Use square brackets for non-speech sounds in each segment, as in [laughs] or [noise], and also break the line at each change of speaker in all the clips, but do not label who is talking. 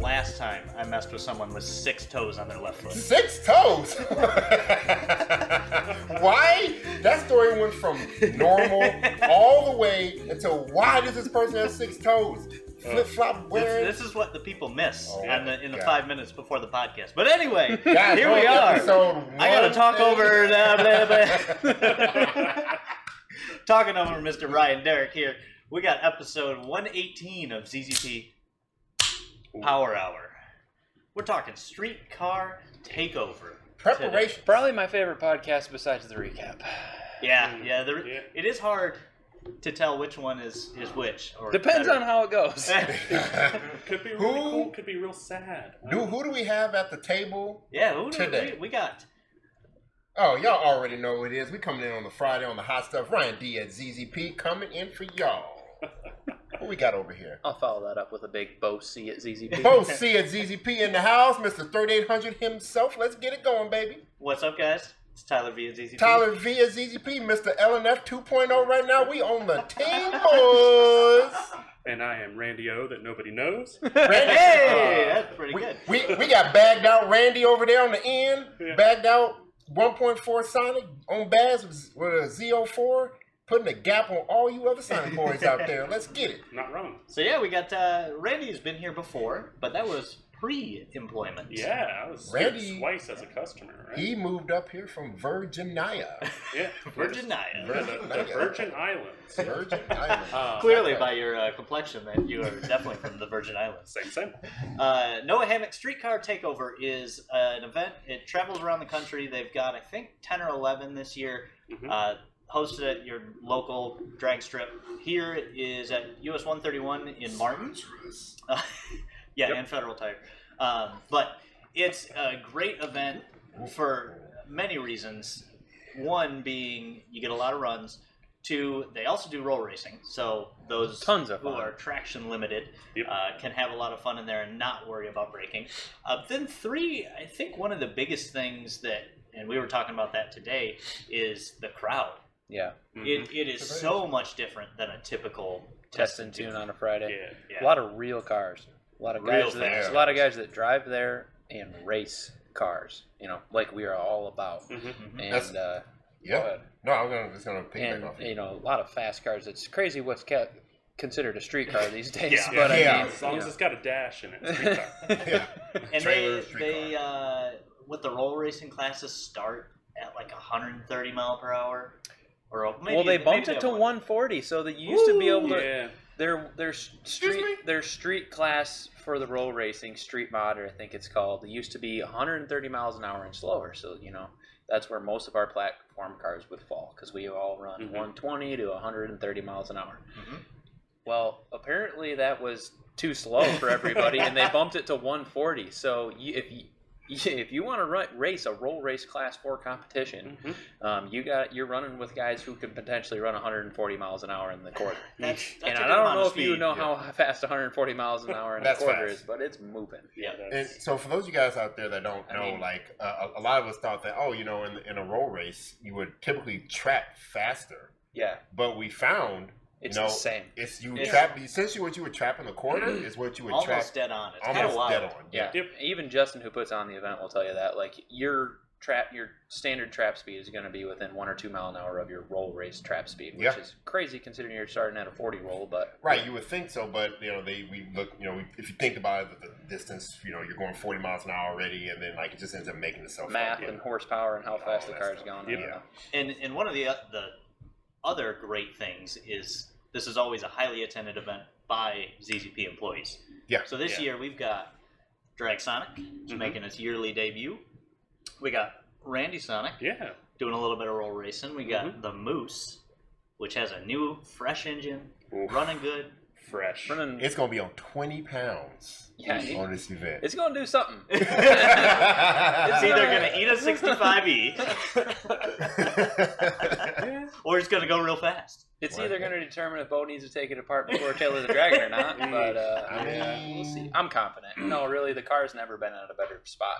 last time I messed with someone was six toes on their left foot.
Six toes. [laughs] why? That story went from normal all the way until why does this person have six toes? Flip flop wearing.
This, this is what the people miss
Oh,
on the, in the
God.
five minutes before the podcast. But anyway,
[laughs] Guys,
here we
go to
are.
Episode
I gotta talk
150.
over blah, blah, blah. talking over Mr. Ryan Derrick here. We got episode 118 of ZZP Power Hour. We're talking streetcar takeover. today.
[laughs] Preparation.
Probably my favorite podcast besides the recap.
Yeah, yeah, there,
Yeah.
It is hard to tell which one is is which. Or
Depends on how
[laughs]
it goes.
Could be really
Who-
cool. Could be real sad.
[laughs] Dude, who do we have at the table?
yeah, who do
Today.
we, we got?
Oh, y'all already know who it is. We coming in on the Friday on the hot stuff. Ryan D at ZZP coming in for y'all. Who we got over here?
I'll follow that up with a big Bo C at
[laughs]
ZZP.
Bo C at ZZP in the house, Mr. 3800 himself. Let's get it going, baby.
What's up, guys? It's Tyler V and ZZ.
Tyler V at ZZP, Mr. LNF 2.0 right now. We on the team, boys.
And I am Randy O that
[laughs]
nobody knows.
Randy,
[laughs] Hey, that's pretty
Uh, we,
good.
we, we got bagged out Randy over there on the end.
Yeah.
Bagged out 1.4 Sonic on Baz with with a Z04. Putting a gap on all you other Sonic boys out there. Let's get it.
Not wrong.
So yeah, we got uh, Randy's been here before, but that was pre-employment.
Yeah, I was
Randy-
Randy, twice as a customer, right?
He moved up here
[laughs]
from Virginia. [laughs]
yeah,
Virginia.
the, the Virgin Islands.
Virgin Islands.
Uh,
Clearly, by your uh, complexion, that you are definitely from the Virgin Islands.
Same, same.
Uh, Noah Hammock Streetcar Takeover is uh, an event. It travels around the country. They've got, I think, 10 or 11 this year.
Mhm.
Uh, hosted at your local drag strip. Here is at US 131 in Martin. Uh, [laughs] yeah,
Yep.
and Federal Tire. Um, but it's a great event for many reasons. One being you get a lot of runs. Two, they also do roll racing. So those
Tons of
who
fun.
are traction limited
Yep.
uh, can have a lot of fun in there and not worry about braking. Uh, then three, I think one of the biggest things that, and we were talking about that today, is the crowd.
Yeah.
Mm-hmm.
It, it is so much different than a typical
Test and tune on a Friday.
yeah.
Yeah.
A lot of real cars. A lot of
Real
guys that
fast
a lot of guys that drive there and race cars. You know, like we are all about.
Mhm.
Mhm.
That's-
And uh,
Yeah. No, I'm gonna just gonna piggyback
and
off.
you
you.
know, a lot of fast cars. It's crazy what's ca- considered a street car these days.
Yeah.
But I
Yeah.
mean,
As long
you
as
know.
it's got a dash in it. it's pretty tough.
Yeah.
[laughs] and
Trailer,
they,
street
they uh, with the roll racing classes start at like 130 mile per hour or maybe,
well, they bumped
maybe
it to
have
140, so that [laughs] you used to be able to
yeah.
Their their s- street
me?
their street class for the roll racing street mod, I think it's called. It used to be 130 miles an hour and slower. So you know that's where most of our platform cars would fall because we all run
Mhm.
120 to 130 miles an hour.
Mhm.
Well, apparently that was too slow for everybody, and they bumped it to 140. So you, if you [laughs] if you want to run, race a roll race class four competition,
Mhm.
um, you got you're running with guys who can potentially run 140 miles an hour in the quarter
That's, that's
and
a
I
good
don't
amount
know
of
if you
speed.
know how fast 140 miles an hour and a
That's
quarter
fast.
is, but it's moving.
Yeah,
uh,
And
that's,
so, for those of you guys out there that don't
I
know,
mean-
like uh, a a lot of us thought that, oh, you know, in, in a roll race, you would typically trap faster,
Yeah,
but we found
it's
No.
the same.
it's you
Yeah.
trap essentially what you would trap in the quarter is what you would
almost
trap
dead on it's kind of
almost
wild
dead on. Yeah,
Yep.
Even Justin, who puts on the event, will tell you that like your trap, your standard trap speed is going to be within one or two mile an hour of your roll race trap speed, which
Yeah.
is crazy considering you're starting at a 40 roll. But
right. You would think so, but you know, they we look, you know, we, if you think about it, the, the distance, you know, you're going 40 miles an hour already, and then like it just ends up making itself
math
up.
and horsepower and how
All
fast the
that
car's
stuff.
going.
Yep.
I don't know.
And and one of the uh, the other great things is this is always a highly attended event by ZZP employees.
Yeah.
So this
Yeah.
year we've got Drag Sonic who's
Mhm.
making its yearly debut. We got Randy Sonic
yeah.
doing a little bit of roll racing. We got the Moose, which has a new fresh engine,
Oof.
running good. [laughs]
Fresh.
Running,
It's gonna be on 20 pounds
Yeah,
on this event. [laughs]
it's [laughs] going to do something.
It's
it's
either gonna eat a E 65e
Yeah.
or it's gonna go real fast.
It's
What?
either going to determine if Bo needs to take it apart before Taylor the Dragon
[laughs]
or not,
Mm.
but uh,
I
yeah,
mean-
we'll see. I'm confident. No, really, the car's never been in a better spot.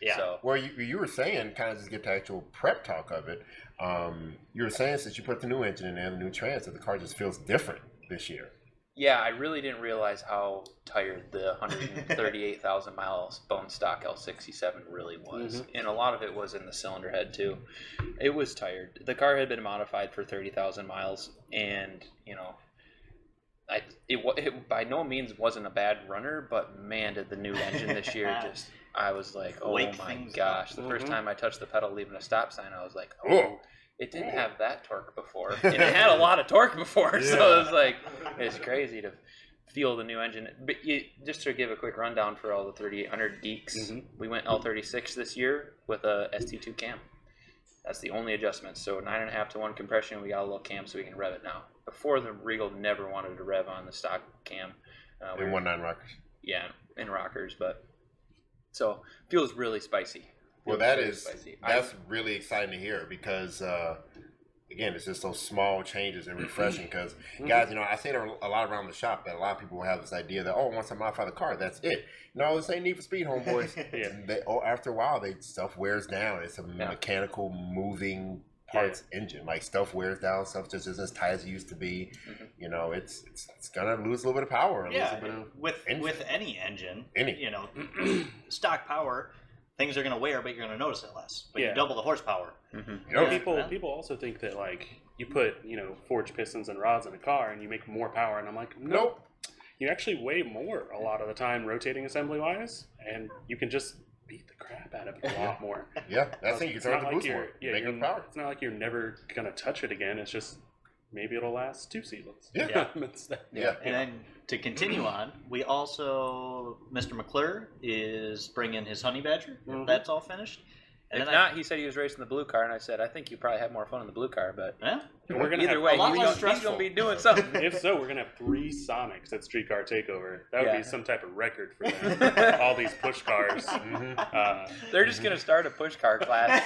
Yeah.
So
[laughs] well, you, you were saying, kind of just get the actual prep talk of it. Um, you were saying since you put the new engine in there, the new trans, that the car just feels different this year.
yeah, I really didn't realize how tired the 138,000 miles bone stock L67 really was.
Mm-hmm.
And a lot of it was in the cylinder head, too. It was tired. The car had been modified for 30,000 miles, and, you know, I, it, wa- it by no means wasn't a bad runner, but man, did the new engine
[laughs]
this year just. I was like, oh
Wake
my
things up. Mm-hmm.
gosh. The first
Mhm.
time I touched the pedal leaving a stop sign, I was like, oh,
Oh,
it didn't have that torque
[laughs]
before, and it had a lot of torque before, so
Yeah.
it was like it's crazy to feel the new engine. But you, just to give a quick rundown for all the 3800 geeks,
Mm-hmm.
Mhm.
we went L36 this year with a ST2 cam. That's the only adjustment. So nine and a half to one compression. We got a little cam, so we can rev it now. Before the Regal never wanted to rev on the stock cam. Uh, we
and
were-
one nine rockers.
yeah, in rockers, but so feels really spicy.
Well,
Feels
that
really
is
spicy. I-
that's really exciting to hear because uh, again, it's just those small changes and refreshing. Because [clears throat] guys, you know, I say it a lot around the shop that a lot of people have this idea that oh, once I modify the car, that's it. No, this ain't Need for Speed, homeboys.
Yeah.
They, oh, after a while, they stuff wears down. It's a mechanical moving parts engine. Like stuff wears down. Stuff just isn't as tight as it used to be.
Mhm.
You know, it's, it's it's gonna lose a little bit of power. and
[laughs]
Lose
Yeah,
a bit of
with
engine.
with any engine,
Any.
you know, [clears throat] stock power, things are going to wear, but you're going to notice it less. But
Yeah.
you double the horsepower.
Mhm.
you know,
People
Yeah.
people also think that like you put you know forged pistons and rods in a car and you make more power, and I'm like, nope.
nope.
You actually weigh more a lot of the time rotating assembly wise, and you can just beat the crap out of it
[laughs]
a lot more.
Yeah, that's it.
It's
You can turn
not
up the
like
boost
you're-
more.
yeah,
Make
you're-
it
[laughs]
power.
It's not like you're never gonna touch it again. It's just maybe it'll last two seasons. [laughs]
Yeah.
It's that-
Yeah.
And then to continue on, we also Mr. McClure is bringing his honey badger.
Mhm.
That's all finished. And
if
then [laughs]
not, he said he was racing the blue car, and I said, I think you probably had more fun in the blue car, but
I, yeah,
And we're gonna
either
have-
way,
a lot
he's
less
gonna, he's
stressful.
gonna be doing something.
[laughs] If so, we're gonna have three Sonics at Streetcar Takeover. That would
Yeah.
be some type of record
[laughs]
for them. all these push cars.
Mhm.
Uh,
They're just gonna start a push car [laughs] class,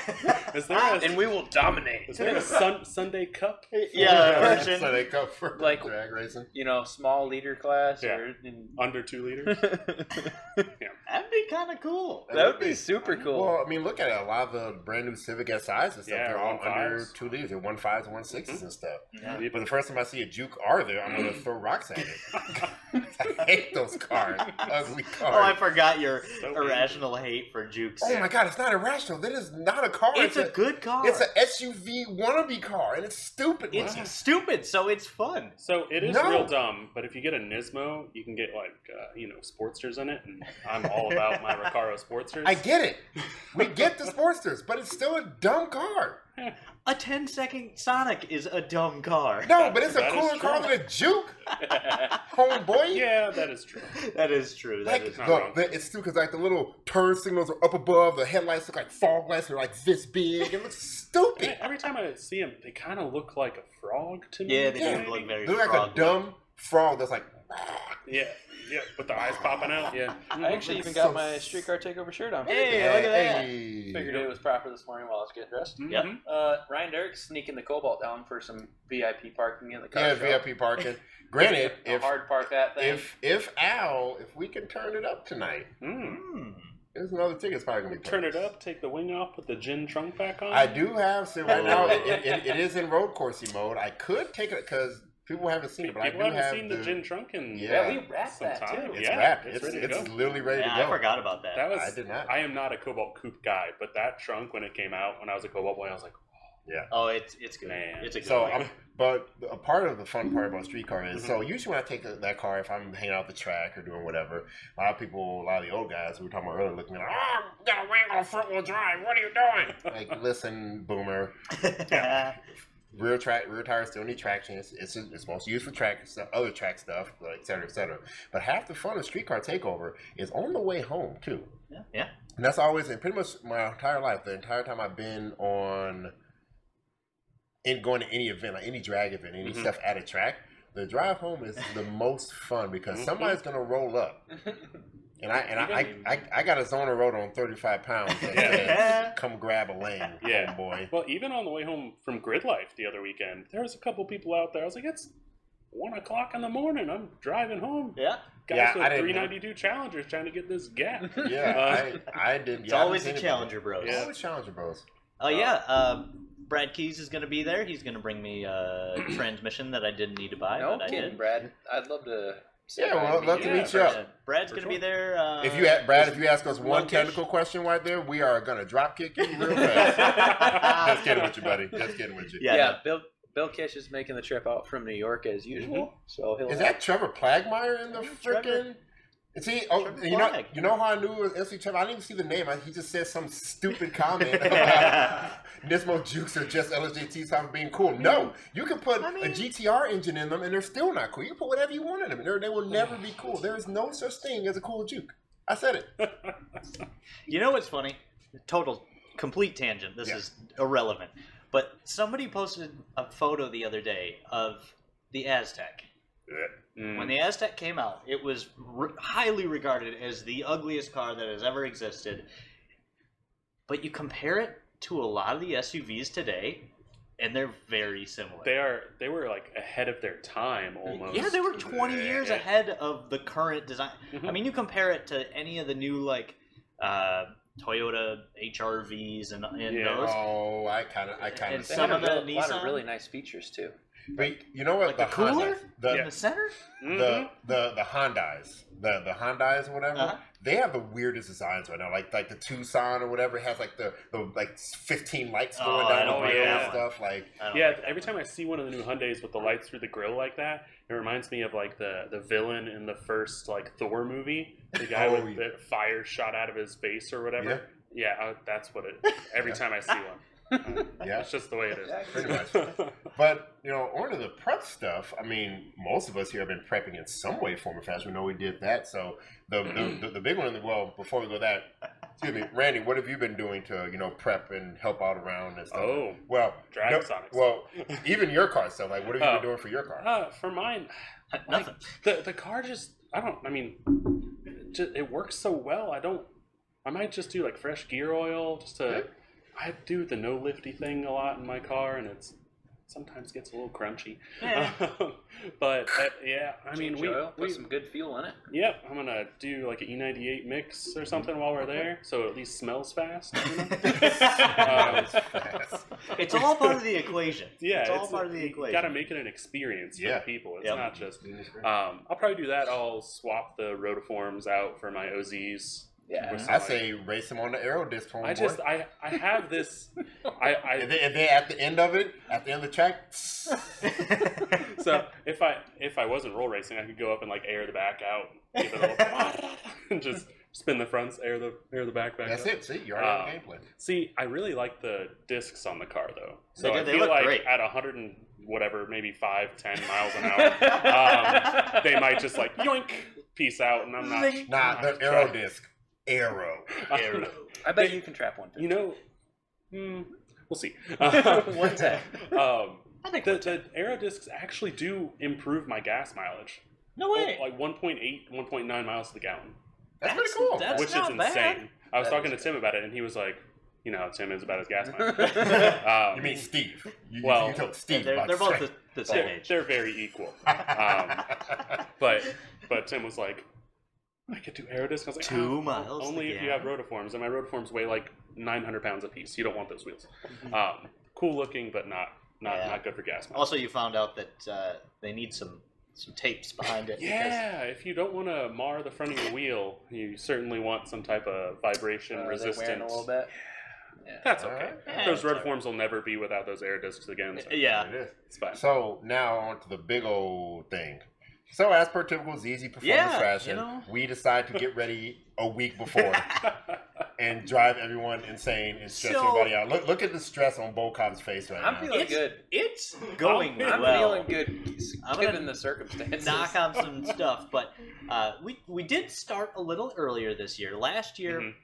is there a,
and we will dominate.
is there a sun, Sunday
[laughs]
Cup?
yeah,
Yeah.
version.
So they come for
Like-
drag racing.
[laughs] You know, small leader class.
Yeah.
Or,
[laughs]
and-
Under two liters.
that
[laughs] That'd be kind of cool.
[laughs] would be super cool.
Well, I mean, look at it. A lot of the brand new Civic SIs and stuff,
Yeah,
they're all
one
under
fives.
two liters. They're one fives, one sixes and stuff.
Yeah.
But the first time I see a Juke Arthur, I'm going to throw rocks at it. [laughs] I hate those cars. Ugly
Oh, I
cars.
forgot your
So
irrational hate for Jukes.
Oh, my God, it's not irrational. That is not a car.
it's a good car.
It's a SUV wannabe car, and it's stupid.
It's
looking.
stupid, so it's fun.
So it is
No.
real dumb, but if you get a Nismo, you can get like uh, you know Sportsters in it, and I'm all
[laughs]
about my Recaro Sportsters.
I get it. We get the Sportsters, but it's still a dumb car.
A 10 second Sonic is a dumb car.
No, but it's a
That is
cooler car
true.
than a
[laughs]
Juke, homeboy.
Yeah, that is true.
[laughs] That is true. That
Like
is
not
the,
wrong.
the, it's stupid because like the little turn signals are up above. The headlights look like fog lights. They're like this big. It looks
And
stupid.
every time I see them, they kind of look like a frog to me.
Yeah, they
Yeah.
do look
maybe.
very
They look like a
frog-like.
dumb frog that's like.
Yeah, yeah, with the eyes popping out. Yeah,
I actually even got my streetcar takeover shirt on.
Hey, look at that.
Hey.
Figured it was proper this morning while I was getting dressed.
Mhm.
Yeah.
Uh, Ryan Dirk's sneaking the Cobalt down for some VIP parking at the car
Yeah,
shop.
VIP parking.
[laughs]
Granted,
I'll
if
hard park that thing.
if if Al, if we can turn it up tonight,
Mm.
Hmm.
there's another ticket's probably gonna be
Turn it
purchased.
up, take the wing off, put the gin trunk back on.
I do have so
[laughs]
right now. It, it, it- it is in road coursey mode. I could take it because people haven't seen it,
People
but I do
haven't
have
seen
the,
the gin trunk in
Yeah.
yeah, we wrapped
some
that
time.
too.
It's
Yeah,
wrapped.
it's
It's
ready to
it's
go.
literally ready
Yeah,
to go.
I forgot about that.
That was
I did not.
I am not a Cobalt Coupe guy, but that trunk when it came out when I was a Cobalt boy, I was like,
Oh, it's it's good.
Man.
It's a good
So,
one. [laughs]
I'm, but a part of the fun part about streetcar is so usually when I take that car, if I'm hanging out at the track or doing whatever, a lot of people, a lot of the old guys we were talking about earlier, look at me like, "Oh, you got a wing on front wheel drive. What are you doing?" like, listen, boomer, rear track, rear tires still need traction. It's it's, it's mostly used for track stuff, other track stuff, like, et cetera, et cetera. But half the fun of streetcar takeover is on the way home too.
yeah. yeah.
And that's always and pretty much my entire life, the entire time I've been on in going to any event, like any drag event, any
Mhm.
stuff at a track, the drive home is the most fun because somebody's gonna roll up. And I and I, I,
You're gonna
I, I got a zoner road on thirty five pounds that
Yeah.
says, come grab a lane,
Yeah.
boy.
[laughs] Well, even on the way home from Grid Life the other weekend, there was a couple people out there. I was like, it's one o'clock in the morning. I'm driving home.
[laughs] Yeah.
Guys
Yeah, I didn't
with 392 Challengers trying to get
[laughs]
this gap.
Yeah, I, I did.
It's
yeah, I
always
didn't
a
see anybody.
challenger, bros.
It's Always challenger, bros.
Oh yeah. Um, Brad Keys is going to be there. He's going to bring me a [clears throat] transmission that I didn't need to buy.
no
but I
kidding,
did.
Brad. I'd love to. sit
Yeah,
down
well,
and
love
meet
to
you.
meet you up.
Yeah, Brad's
For
going to
sure.
be there. Uh,
If you, a- Brad, if you ask us one
Monkish.
technical question right there, we are gonna drop kick you
[laughs]
real fast. Just kidding
[laughs]
with you, buddy. Just kidding with you.
Yeah,
Yeah,
no.
Bill Bill Kish is making the trip out from New York as usual, so he'll.
Is that Trevor Plagmeyer in the
Trevor-
freaking? Is he? Oh,
Trevor
you know,
Plag.
you know how I knew it was SC Trevor. I didn't even see the name. I, he just said
[laughs]
some stupid comment. about Nismo Jukes are just LSJTs for being cool. No, you can put
Mm-hmm. I
a
mean-
GTR engine in them, and they're still not cool. You can put whatever you want in them, and they're- they will never be cool. There is no such thing as a cool Juke. I said it.
You know what's funny? Total, complete tangent. This
Yeah.
is irrelevant. But somebody posted a photo the other day of the Aztec. When
Hmm. Mm.
the Aztec came out, it was re- highly regarded as the ugliest car that has ever existed. But you compare it to a lot of the SUVs today, and they're very similar.
They are. They were like ahead of their time almost.
yeah, they were 20 years
Yeah.
ahead of the current design.
Mhm.
I mean, you compare it to any of the new, like, uh, Toyota HRVs and, and
Yeah.
those.
Oh, I kind of, I kind
And
of.
They
some
had
of
a
the
real- lot
Nissan-
of really nice features too.
But you know what?
Like the
Hondas,
cooler?
Oh,
the,
In the center?
Mhm.
the the the Hondas, the the Hondas or whatever,
Uh-huh.
they have the weirdest designs right now. Like like the Tucson or whatever has like the, the like fifteen lights
Oh,
going
I
down
don't
and
like
all
that
stuff. Like
I don't
Yeah,
like that
every
one.
time I see one of the new Hyundai's with the lights through the grill like that, it reminds me of like the the villain in the first like Thor movie, the guy
Oh,
with
yeah.
the fire shot out of his base or whatever. Yeah, uh, that's
[laughs]
what it. Every
Yeah.
time I see one, Uh,
yeah,
that's just the way it is.
Exactly.
pretty much. But you know, on to the prep stuff. I mean, most of us here have been prepping in some way, form, or fashion. We know we did that. So the the, the, the big one. Well, before we go that, excuse me, Randy, what have you been doing to you know prep and help out around and stuff?
[laughs] Oh,
well,
Dragon
no-
Sonics.
Well, even your car stuff. Like, what have you
Oh.
been doing for your car?
[laughs] uh, for mine, like, [laughs]
Nothing.
the the car just I don't. I mean, it, ju- it works so well. I don't. I might just do like fresh gear oil just to.
Yeah.
I do the no lifty thing a lot in my car, and it's sometimes gets a little crunchy. [laughs]
Yeah.
Um, but uh, yeah, I mean,
Change
we,
oil, put
we
some good fuel in it.
yep. I'm gonna do like an E98 mix or something while we're there, so it at least smells fast.
[laughs]
you know? [laughs] Um,
[laughs] it's all part of the equation.
yeah,
it's all part of the
You
equation.
gotta make it an experience for
Yeah.
the people. It's
Yep.
not just.
I
Um, I'll probably do that. I'll swap the rotiforms out for my OZs.
[laughs]
Yeah.
or
Mhm.
something like-
say race them on the aero disc one
I just
boy.
I I have this
[laughs]
I
and
I
then, and then at the end of it, at the end of the track, [laughs]
so if I if I wasn't roll racing I could go up and like air the back out give it a little [laughs] and just spin the fronts air the air the back back
that's
up.
it. See, you're already
Um,
Oh.
on gameplay.
See, I really like the discs on the car though. So
They do-
I
they
feel
look
like
great.
at 100 and whatever, maybe five, ten miles an hour, um, they might just like yoink, peace out, and I'm not. [laughs]
Zing.
Nah, the aero disc,
[laughs]
aero.
I'm-
I bet
They-
you can trap one.
you
[laughs]
know, hmm, we'll see. [laughs]
[laughs] One time.
Um,
I think
the, the aero discs actually do improve my gas mileage,
no way.
like 1.8, 1.9 miles to the gallon.
That's,
That's-
pretty cool.
that's-
which is
not
insane.
bad.
I was
That
talking to
is
Tim about it, and he was like, "You know how Tim is about his gas
[laughs]
Oh,
mileage." Um,
you mean Steve? You,
well,
you told Steve
Yeah, they're,
about
they're
the
both
track.
the, the same
they're,
age.
they're very equal. Um, [laughs]
[laughs]
but but Tim was like, "I could do aero disc." I was like,
Two
"Oh,
miles
only
to
if you have rotiforms, and my rotiforms weigh like 900 pounds apiece. You don't want those wheels. Um, cool looking, but not not
Yeah.
not good for gas mileage."
Also, you found out that uh, they need some some tapes behind it.
Yeah, if you don't want to mar the front of your wheel, you certainly want some type of vibration
Uh, they're wearing a
resistance.
little bit. Yeah.
That's okay.
Alright.
Yeah,
Those
it's all
red
right.
forms will never be without those air discs again. So
Because, yeah.
There it is. [laughs]
it's fine.
So now on to the big old thing. So as per typical ZZ performance
Yeah, you
fashion,
know.
we decide to get ready a week
[laughs]
before and drive everyone insane and stress
So-
everybody out. Look, look at the stress on Bocom's face right
I'm
now.
feeling
It's-
good.
It's going
I'm
I'm
well.
feeling good
I'm gonna
given the circumstances.
knock on some stuff, but uh, we we did start a little earlier this year. Last year,
Mhm.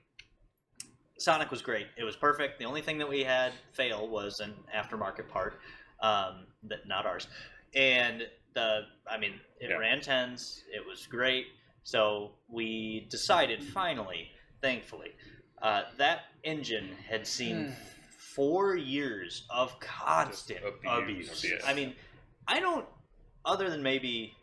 Sonic was great; it was perfect. The only thing that we had fail was an aftermarket part, um, that not ours. And the I mean, it
Yeah.
ran tens; it was great. So we decided finally, thankfully, uh, that engine had seen.
Hmm.
Four years of constant
Just abuse.
abuse.
Abuse.
I mean, I don't, other than maybe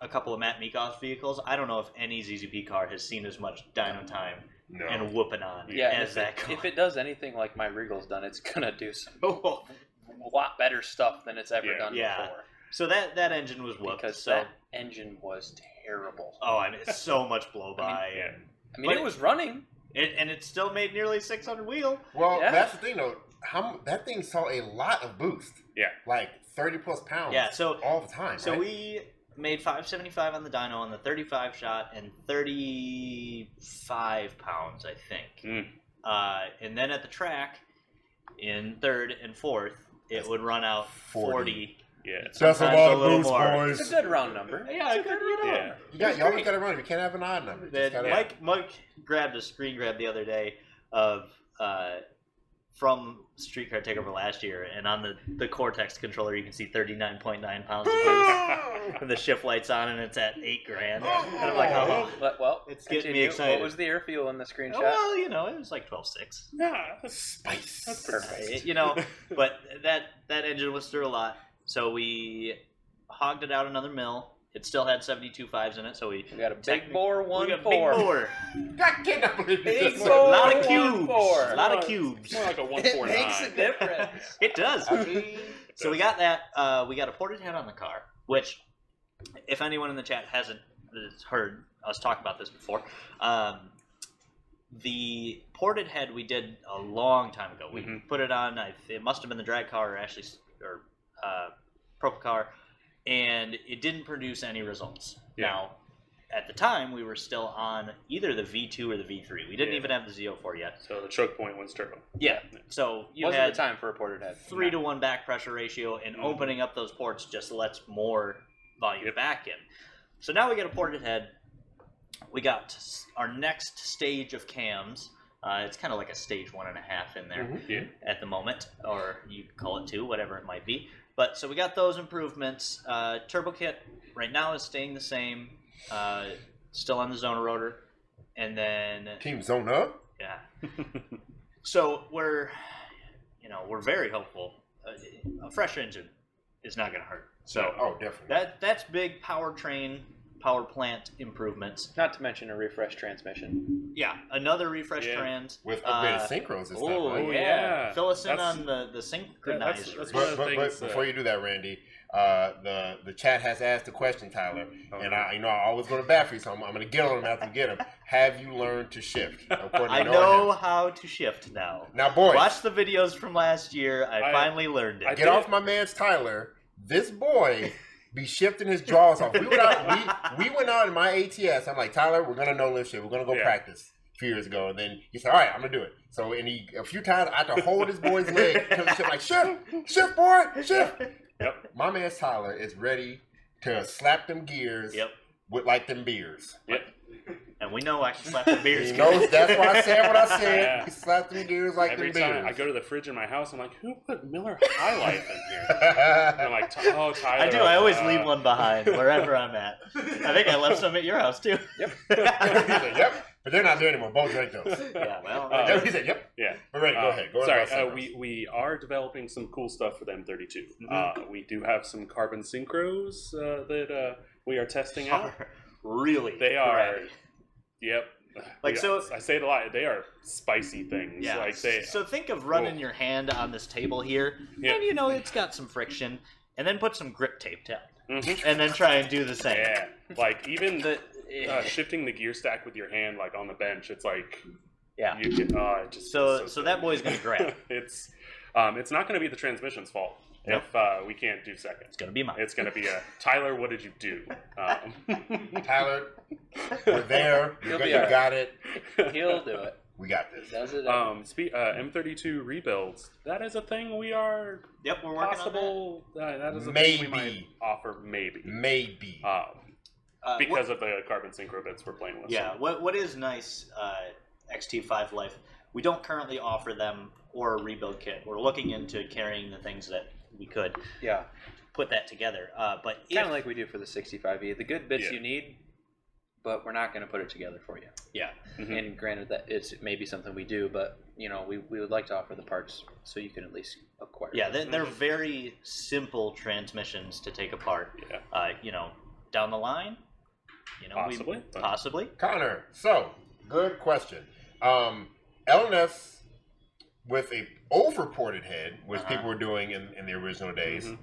a couple of Matt Meekoff vehicles, I don't know if any ZZP car has seen as much dyno time
no.
and whooping on
[laughs]
Yeah,
as
if
that
it-
car.
If it does anything like my Regal's done, it's gonna do some
Oh,
a lot better stuff than it's ever
Yeah.
done
Yeah.
before.
So that that engine was whooped.
because
so
that engine was terrible.
oh, I mean, it's so much blow by,
yeah.
I mean,
But-
it was running.
and, it, and it still made nearly 600 wheel.
Well,
Yeah.
that's the thing though. How that thing saw a lot of boost.
Yeah.
Like thirty plus pounds.
Yeah. So
All the time.
so
Oh. right?
we made 575 on the dyno on the 35 shot and 35 pounds, I think.
Mm.
Uh, and then at the track, in third and fourth, it
That's
would run out 40.
40.
Yeah.
That's a
sometimes
lot of
little
boost,
more.
It's a
boys.
good round number.
Yeah,
It's a
good
round
round.
number.
You got
It's
you always
great.
got to run. You can't have an odd number. You
That
just gotta, [laughs]
Mike Mike grabbed a screen grab the other day of uh, from Streetcar Takeover last year, and on the, the Cortex controller you can see thirty nine point nine pounds
[laughs]
of boost,
Boom!
and the shift light's on, and it's at eight grand.
Oh.
And I'm like, oh,
But, well,
It's getting me
continue.
excited.
What was the air fuel in the screenshot?
oh, well, you know, it was like twelve six.
Yeah.
Spice.
That's
Right, you
[laughs]
know, but that that engine was through a lot, so we hogged it out another mill. It still had seventy two fives in it, so we
We got a big
Technic-
bore one
we got big
four.
bore.
I cannot believe you
Big
just
a
said that.
boy.
lot of
One
cubes,
four.
a lot of
Well,
cubes.
More like a one four
It makes a
nine.
[laughs]
difference.
It does.
I mean,
So we got that. Uh, we got a ported head on the car, which, if anyone in the chat hasn't has heard us talk about this before, um, the ported head we did a long time ago. We
Mhm.
put it on. I, it must have been the drag car or Ashley's or uh, Prope car, and it didn't produce any results.
Yeah.
Now, at the time, we were still on either the V2 or the V3. We didn't
Yeah.
even have the Z04 yet.
So the choke point was turbo.
Yeah. So you
Wasn't
had
the time for a ported head.
three to one back pressure ratio, and
Mhm.
opening up those ports just lets more volume
Yep.
back in. So now we get a ported head. We got s- our next stage of cams. Uh, it's kind of like a stage one and a half in there
Mhm.
Yeah.
at the moment, or you could call it two, whatever it might be. But so we got those improvements. Uh, turbo kit right now is staying the same, uh, still on the zona rotor, and then
Team zone up. [laughs]
yeah. so we're, you know, we're very hopeful. A, a fresh engine is not going to hurt. So
Oh, definitely.
that that's big powertrain, power plant improvements.
Not to mention a refresh transmission.
Yeah, another refresh
Yeah.
trend.
With upgraded
Uh,
synchros and stuff.
ooh,
right?
Oh
Yeah.
yeah.
fill us in
That's-
on the the synchronizer.
that's- that's one
But, but,
of the
but
things that-
before you do that, Randy, uh, the the chat has asked the question, Tyler,
Oh,
and
no.
I, you know, I always go to bat for you, so I'm, I'm going to get on him after we get him. Have you learned to shift? According to
I
Noah
know
Hannah.
how to shift now.
Now, boys,
Watch the videos from last year. I,
I-
finally learned it.
I
get off my man's Tyler. This boy be shifting his jaws off. We went out. We, we went out in my ATS. I'm like Tyler, we're gonna know lift shit. We're gonna go
Yeah.
practice. A few years ago, and then he said, "All right, I'm gonna do it." So, and he a few times I had to hold his boy's leg. 'cause he's like shift, shift, boy, shift.
Yep.
My man Tyler is ready to slap them gears
Yep,
with like them beers.
and we know I can slap the beers.
He knows that's why I said what I said.
[laughs] Yeah.
He slapped them gears like
Every
them
time
beers.
I go to the fridge in my house, I'm like, who put Miller High Life in here? And I'm like, "Ty- oh, Tyler.
[laughs] [laughs] I do. I always
uh,
leave one behind wherever I'm at. I [laughs]
[laughs]
think I left some at your house too. [laughs]
[laughs] He's like, yep, but they're not there anymore. Both drink those.
yeah, well,
Uh,
[laughs]
Yep, he said, yep.
Yeah.
But right, go
Uh,
ahead. Go ahead.
sorry,
about
uh,
Cyprus.
we we are developing some cool stuff for the M32.
Mhm.
Uh, we do have some carbon synchros uh, that uh, we are testing out.
really,
They are. Yep.
Like,
We-
so-
I say it a lot. They are spicy things.
Yeah.
Like they.
so think of running
Cool.
your hand on this table here,
Yeah.
and you know it's got some friction, and then put some grip tape down,
Mhm.
and then try and do the same.
Yeah. Like even
The- oh,
uh, shifting the gear stack with your hand, like on the bench, it's like
Yeah.
You get, oh, it just
So-
feels
so that
good.
boy's gonna grab.
[laughs] it's um, it's not gonna be the transmission's fault
Nope.
if uh, we can't do second.
it's gonna be mine.
It's gonna
[laughs]
be a Tyler. What did you do? Um,
[laughs] Tyler,
[laughs]
we're there. You
He'll
got,
be
you
all right.
got it.
[laughs] He'll do it.
We got
He
this.
does it.
Oh.
um, spe- uh, M32 rebuilds. That is a thing we are
Yep, we're working on
possible. Uh, that is a thing we might
Maybe.
offer maybe.
Maybe.
Um,
that. Uh,
because of the carbon synchro bits we're playing
what,
with.
yeah, what what is nice, uh, XT5 Life, we don't currently offer them or a rebuild kit. We're looking into carrying the things that we could
yeah.
put that together. Uh, but if-
Kind of like we do for the 65e. The good bits
Yeah.
you need, but we're not going to put it together for you. Mm-hmm.
yeah, Mm-hmm.
Mhm.
And granted, that it's maybe something we do, but you know, we, we would like to offer the parts so you can at least acquire.
Yeah,
them.
they're, they're
Mm-hmm.
very simple transmissions to take apart.
Yeah.
Uh, you know, down the line, you know,
Possibly,
we,
but-
possibly.
Connor, so good question. Um, LNS with a overported head, which
Uh-huh.
people were doing in, in the original days,
Mhm.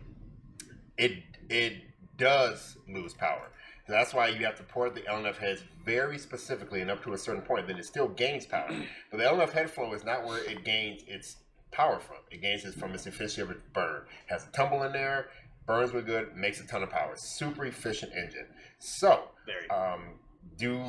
it it does lose power. So that's why you have to port the LNF heads very specifically and up to a certain point. Then it still gains power. But the LNF head flow is not where it gains its power from. It gains it from its efficiency of its burn. has a tumble in there, burns with good, makes a ton of power. Super efficient engine. So
Very.
Uh,
um, do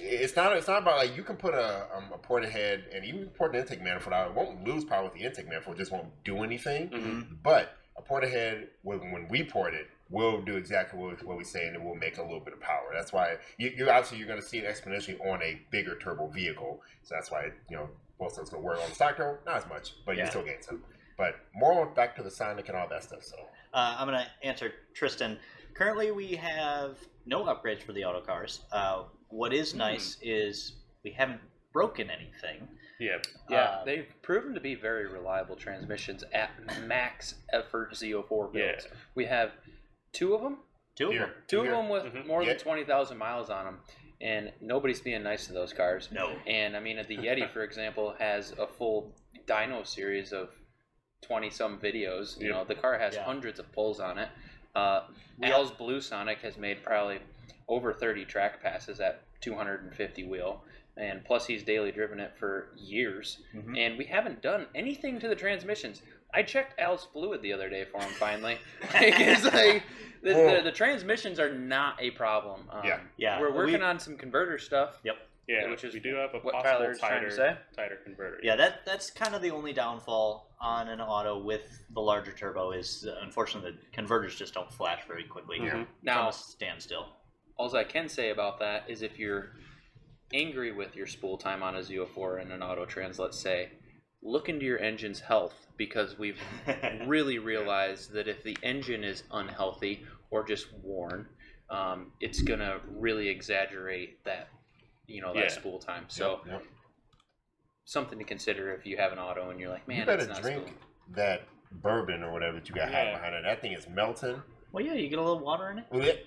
it's not it's not about like you can put a um, a port ahead and even port an intake manifold out. It won't lose power with the intake manifold. It just won't do anything.
Mm-hmm.
Mhm.
But a port ahead when, when we port it will do exactly what, we- what we say and it will make a little bit of power. That's why you, you obviously you're going to see it exponentially on a bigger turbo vehicle. So that's why you know most of it's going to work on the stock turbo not as much, but
Yeah.
you still gain some. But more back to the Sonic and all that stuff. So
Uh, I'm going to answer Tristan. Currently, we have no upgrades for the auto cars. Uh, what
Hmm.
is nice is we haven't broken anything.
Yeah.
Yeah,
Uh,
they've proven to be very reliable transmissions at max effort Z04 builds.
Yeah.
We have two of them,
Two of
here,
them.
two of
here.
them with
Mm-hmm.
Mhm.
more
Yeah.
than 20,000 miles on them, and nobody's being nice to those cars.
No.
And I mean, the Yeti, for example, has a full dyno series of 20 some videos. You
Yep.
know, the car has
Yeah.
hundreds of pulls on it. Uh,
We
Al's Blue Sonic has made probably over 30 track passes at 250 wheel. And plus, he's daily driven it for years.
[laughs]
Mm-hmm. [laughs]
Mhm.
And we haven't done anything to the transmissions. I checked Al's fluid the other day for him
[laughs]
finally. [laughs] like, it's like the, the, the transmissions are not a problem. Um,
Yeah.
Yeah.
We're working
we-
on some converter stuff.
Yeah,
Which is
we do have a
what
possible
Tyler's trying to
tighter,
say.
tighter converter.
Yeah, that that's kind of the only downfall on an auto with the larger turbo is uh, unfortunately the converters just don't flash very quickly
Mhm.
from
Now,
a standstill.
All I can say about that is if you're angry with your spool time on a Z04 and an auto trans, let's say, look into your engine's health because we've really realized that if the engine is unhealthy or just worn, um, it's gonna really exaggerate that, you know, that
Yeah.
spool time. So
Yep, yep.
something to consider if you have an auto and you're like, man,
you
it's
better
not
drink
spooling."
that bourbon or whatever that you got
Yeah.
hiding behind it. That thing is melting.
[laughs] well, yeah, you get a little water in it.
Blech.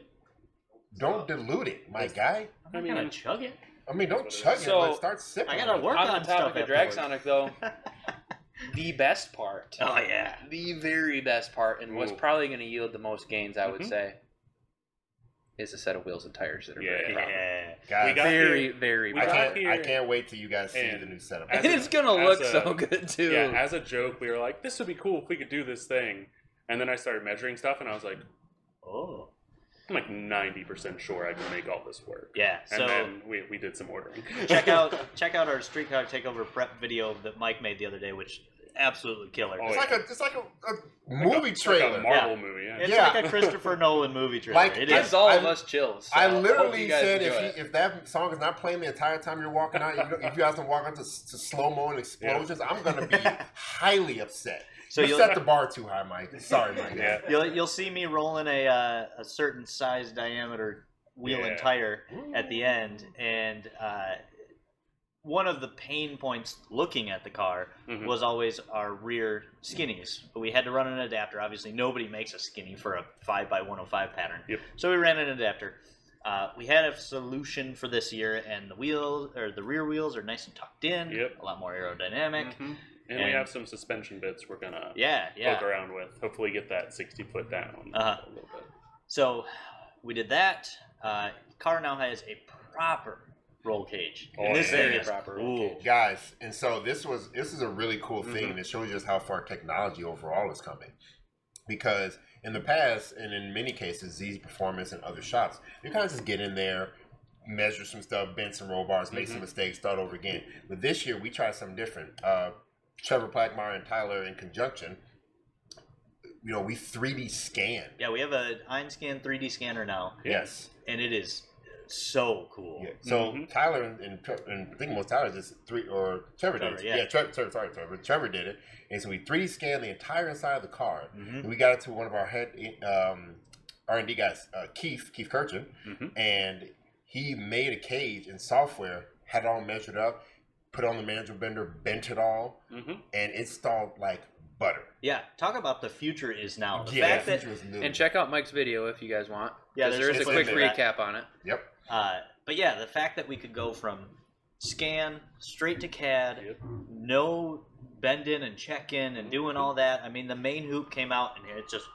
Don't dilute it, my guy.
I'm
I
not gonna
mean-
chug it.
I mean, don't
That's
chug it,
what it
is.
but
So,
start sipping.
I gotta
it.
work
On
on
the
stuff
topic of Drag
afterwards.
Sonic, though, the best [laughs] part.
Oh yeah.
the very best part and what's
Ooh.
probably going to yield the most gains, I would
Mhm.
say, is a set of wheels and tires that are very,
Yeah.
proper.
Yeah.
Guys,
We got-
very, very.
We
I,
got
proper.
can't,
here-
I can't wait till you guys see
and-
the new setup.
as
And [laughs] it's going to
as
look
a-
so good too.
Yeah, as a joke, we were like, this would be cool if we could do this thing. And then I started measuring stuff, and I was like,
Oh.
I'm like 90% sure I can make all this work.
Yeah.
And
So
then we, we did some ordering.
check out check out our streetcar takeover prep video that Mike made the other day, which absolutely killer.
Oh,
it's
yeah.
like a, it's like a, a movie trailer.
[laughs] Like a Marvel movie. Yeah.
It's
Yeah.
like a
[laughs]
Christopher Nolan movie trailer.
Like,
it
gives
is.
it's-
all
I-
of us chills. so
I
hope
literally
you guys
said
enjoy
if,
it.
he, if that song is not playing the entire time you're walking out, if you, don't- if you guys don't walk out to, s- to slow mo and explosions, I'm gonna be highly upset.
so
you
you'll,
set the bar too high, Mike. Sorry, Mike.
Yeah.
you'll you'll see me rolling a uh, a certain size diameter wheel
Yeah.
and tire at the end, and uh, one of the pain points looking at the car
Mhm.
was always our rear skinnies. But we had to run an adapter. Obviously, nobody makes a skinny for a five x one hundred five pattern.
Yep.
So we ran an adapter. Uh, we had a solution for this year, and the wheels or the rear wheels are nice and tucked in.
Yep.
A lot more aerodynamic.
Mhm.
Mm-hmm.
And,
And-
we have some suspension bits we're going to
Yeah, yeah.
poke around with. Hopefully, get that 60 foot down
Uh-huh.
a little bit.
So we did that. Uh, car now has a proper roll cage.
Oh,
and this
yeah.
thing
Very
is
proper roll
cool.
Guys, and so this was this is a really cool thing,
Mhm.
and it shows you just how far technology overall is coming. Because in the past, and in many cases, these performance and other shops, you kind of just get in there, measure some stuff, bend some roll bars, make some
Mhm.
mistakes, start over again. But this year, we tried something different. Uh, Trevor Plackmeyer and Tyler, in conjunction, you know, we 3D scan.
Yeah, we have a Einscan 3D scanner now,
Yes.
and it is so cool.
Yeah. So
Mm-hmm.
Mhm.
Tyler and, and, Tre- and I think most Tyler just three or Trevor did
Trevor,
it.
yeah.
Yeah, Trevor, Trevor, sorry, Trevor. Trevor did it, and so we 3D scanned the entire inside of the car.
Mhm.
And we got it to one of our head um, R and D guys, uh, Keith Keith Kirchin,
Mhm.
Mm-hmm.
and he made a cage in software, had it all measured up, put it on the manual bender, bent it all,
hmm
Mm-hmm.
and installed like butter.
Yeah, talk about the future is now. The
yeah,
fact that
was new.
And check out Mike's video if you guys want.
Yeah,
Yeah,
there's
there is a
just
quick
one
there.
recap on it.
Yep.
uh, but yeah, the fact that we could go from scan straight to CAD,
Yep.
no bending and checking and doing all that. I mean, the main hoop came out and it's just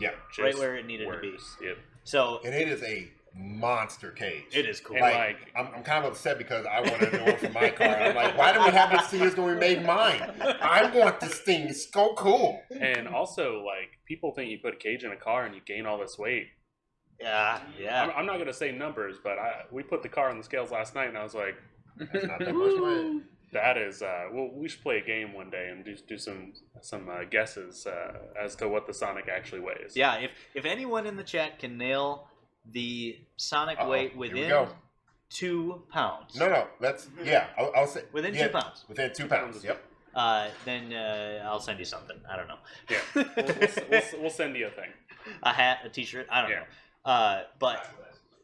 Yeah.
right
Just
where it needed to be.
works. Yep.
So
And it is a monster cage.
it is cool.
And
Like,
like,
I'm, I'm kind of upset because I wanted to know for my car. I'm like, why do we have this thing that's going to remake mine? I want this thing. It's so cool.
and also like, people think you put a cage in a car and you gain all this weight.
[laughs] Yeah, yeah.
I'm, I'm not gonna say numbers, but I, we put the car on the scales last night, and I was like,
It's
[laughs]
not that much weight.
"That is, uh, well, we should play a game one day and do do some some uh, guesses uh, as to what the Sonic actually weighs."
Yeah, if if anyone in the chat can nail the sonic
Uh-oh,
weight
here we
within
go.
two pounds,
No, no. Let's, yeah. I'll, I'll say.
within
yeah,
two pounds,
Within two pounds. Yep.
uh, then uh, I'll send you something. I don't know.
Yeah.
[laughs]
We'll, we'll, s- we'll, s- we'll send you a thing.
a hat, a T-shirt. I don't
Yeah.
know. Uh, but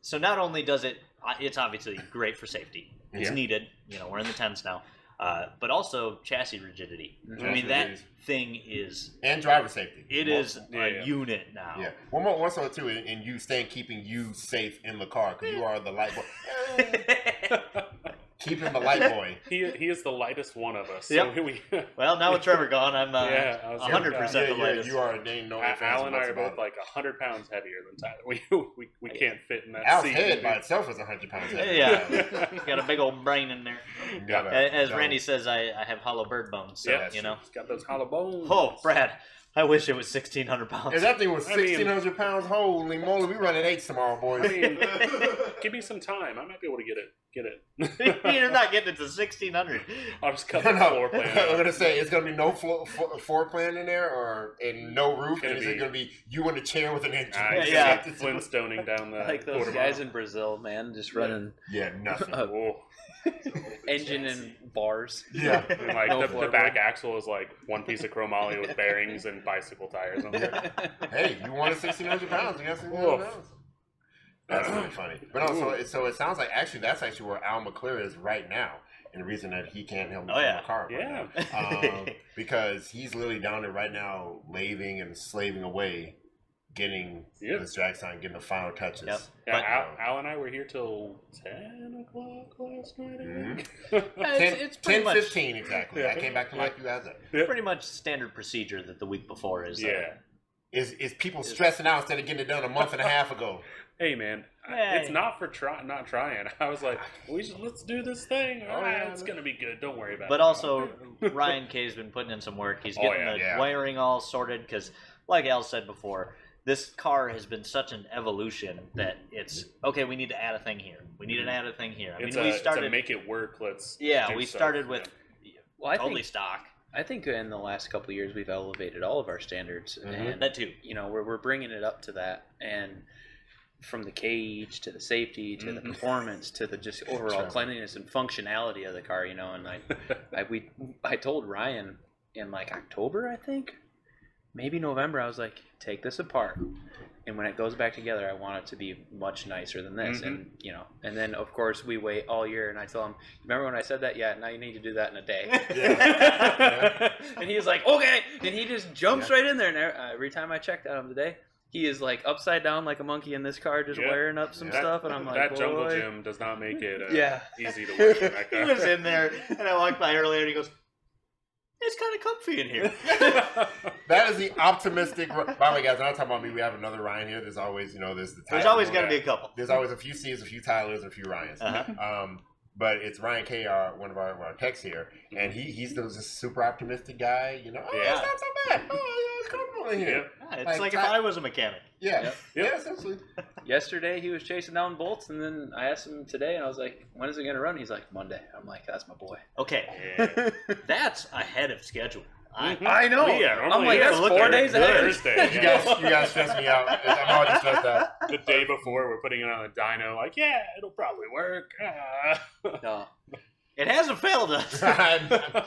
so not only does it, uh, it's obviously great for safety. It's
Yeah.
needed. You know, we're in the tens now. Uh, but also chassis rigidity. I mean,
Chassis
that
rigidity.
thing is
And driver safety.
it
Well,
is
Yeah,
a
yeah.
unit now.
Yeah. One more, one so too, and and you staying keeping you safe in the car because you are the light
[laughs]
boy. keeping the light boy.
He he is the lightest one of us.
Yep.
So we, [laughs] we
well, now with Trevor gone, I'm uh,
yeah, I was like,
100% the
uh,
lightest.
You are. They know
Al- Al and I are both
like.
like hundred pounds heavier than Tyler. [laughs] We we, we can't fit in that
Al's
seat.
head by itself is hundred pounds. heavy.
Yeah. [laughs] He's got a big old brain in there.
You gotta-
A- As
gotta-
Randy says, I, I have hollow bird bones. So,
Yeah,
you know.
He's got those hollow bones.
Oh, Brad, I wish it was 1,600 pounds.
If that thing was
I mean-
sixteen hundred pounds, holy moly, we running eights tomorrow, boys. [laughs]
I mean, give me some time. I might be able to get it. Get it.
[laughs] You're not getting it to
[laughs]
1,600.
I'll just
[laughs]
cut
No,
the
no.
floor
I'm
plan. out.
gonna say it's gonna be no floor, floor, floor plan in there, or and no roof,
Gonna
and it's
be-
gonna be you in a chair with an engine.
I just
Yeah.
[laughs] keep Flintstoning down the
like those
quarter
guys
mile.
in Brazil, man, just
Yeah.
running
yeah, nothing.
Uh,
Whoa.
engine and bars.
[laughs] yeah,
And like
No
the,
floor
the back axle is like one piece of chromoly with bearings and bicycle tires. I'm like,
hey, you wanted sixteen hundred pounds. You got sixteen hundred
Oof.
pounds. That's really funny. But no, so, so it sounds like actually that's actually where Al McClure is right now, and the reason that he can't help me
Oh,
fill
yeah.
my car up right
yeah.
now. um, because he's literally down there right now, laving and slaving away, getting
Yep.
the drag sign, getting the final touches.
Yep.
Yeah,
But-
Al, Al and I were here till ten o'clock last night. I think. [laughs]
it's, it's pretty
10,
much
15 exactly.
Yeah.
I came back to like you guys. are.
pretty much standard procedure that the week before is. uh,
yeah.
Is is people stressing out instead of getting it done a month and a half ago?
Hey man, I-
Hey.
it's not for try not trying. [laughs] I was like, we should let's do this thing.
Oh,
All right,
yeah.
it's gonna be good. Don't worry about it.
but
[laughs]
also, Ryan Kay's been putting in some work. He's
Oh,
getting
yeah,
the
yeah.
wiring all sorted because, like Al said before, this car has been such an evolution that it's okay. We need to add a thing here. We need to add a thing here. I mean,
Mm-hmm. it's, a,
we
it's a
started.
make it work. Let's
yeah,
do
we
stuff.
started with
Well, I
only
think
stock.
I think in the last couple of years we've elevated all of our standards,
Mhm.
and
That too.
you know we're, we're bringing it up to that and from the cage to the safety to the
Mhm.
performance to the just overall
Sure.
cleanliness and functionality of the car you know and like I, we i told ryan in like october i think maybe november i was like take this apart and when it goes back together i want it to be much nicer than this
Mhm.
and you know and then of course we wait all year and i tell him remember when i said that yeah now you need to do that in a day and he's like, okay, and he just jumps right in there. And uh, every time I checked on him today, he is like upside down like a monkey in this car, just
Yeah.
wearing up some
Yeah.
stuff. And I'm like,
that
Boy.
jungle gym does not make it uh,
Yeah.
easy to work
[laughs]
in that
he was in
[laughs]
there, and I walked by earlier, and he goes, "It's kind of comfy in
[laughs]
here."
car.
That is the optimistic. By the way, guys, I'm not talking about me. We have another Ryan here. There's always, you know, there's the.
There's
Tyler
always
Moran.
going to be a couple.
There's always a few C's, a few Tylers, and a few Ryans.
[laughs]
Uh-huh.
Um, but it's Ryan K, our, one of our, our techs here, and he he's the just super optimistic guy. You know, oh,
Yeah.
it's not so bad. Oh, yeah, it's comfortable in here.
[laughs] Yep.
Yeah, it's
Like
like, if
Ty-
I was a mechanic.
Yeah,
Yep.
yeah, essentially.
Yesterday he was chasing down bolts, and then I asked him today, and I was like, when is it gonna run? He's like, Monday. I'm like, that's my boy.
Okay,
Yeah.
that's ahead of schedule. I,
Mhm. We are
I'm
only
like,
here
that's
to look
four
at
days ahead.
Thursday.
[laughs]
You
yeah.
guys, you guys stress me out. I'm already stressed out. [laughs]
the day before, we're putting it on a dyno. Like, yeah, it'll probably work. [laughs] Ah.
[laughs] No,
it hasn't failed
[laughs]
us,
I'm-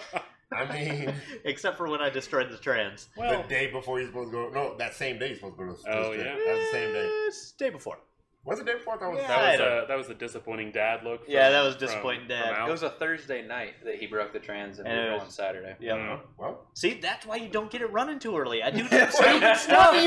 I mean,
[laughs] except for when I destroyed the trans.
well,
the day before you're supposed to go. No, that same day you're supposed to go to. the
Oh,
strip.
yeah.
that was the same day.
Yes, day before.
Was it day before? I thought it was.
Yeah.
that was
I
a that was a disappointing dad look.
Yeah,
from-
that was
from-
disappointing
from
dad.
Al.
it was a Thursday night that he broke the trans, and, we
And it
were
was-
going Saturday.
Yeah.
Mm.
Mhm.
Well,
See, that's why you don't get it running too early. I
[laughs]
do
What do
certain
you- what do
stuff.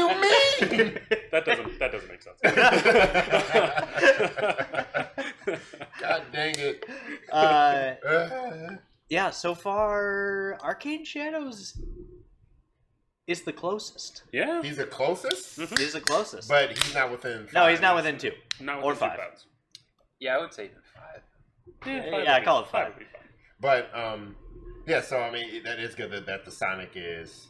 you mean?
That doesn't that doesn't make sense. [laughs]
God dang it.
[laughs] Uh,
Uh,
yeah, so far, Arcane Shadows is the closest.
[laughs]
Yeah.
He's the closest,
Mhm.
Is the closest.
but he's not within.
no,
five.
he's not within two.
Not
Or
within two
five.
pounds.
Yeah, I would say five.
Yeah,
five
yeah,
would be-
call it five.
would be fine.
But um, yeah. So I mean, that is good that, that the Sonic is.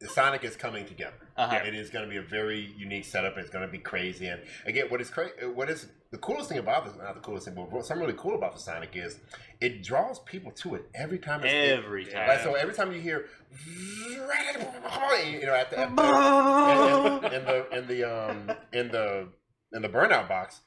The Sonic is coming together.
Uh-huh.
It is going to be a very unique setup. It's going to be crazy. And again, what is cra- what is the coolest thing about this? Not the coolest thing, but what's something really cool about the Sonic is it draws people to it every time. It's, it-
Every
Yeah.
like,
time.
so every time you hear, you know, at the, at the
Bah!
in the in the um in the in the burnout box,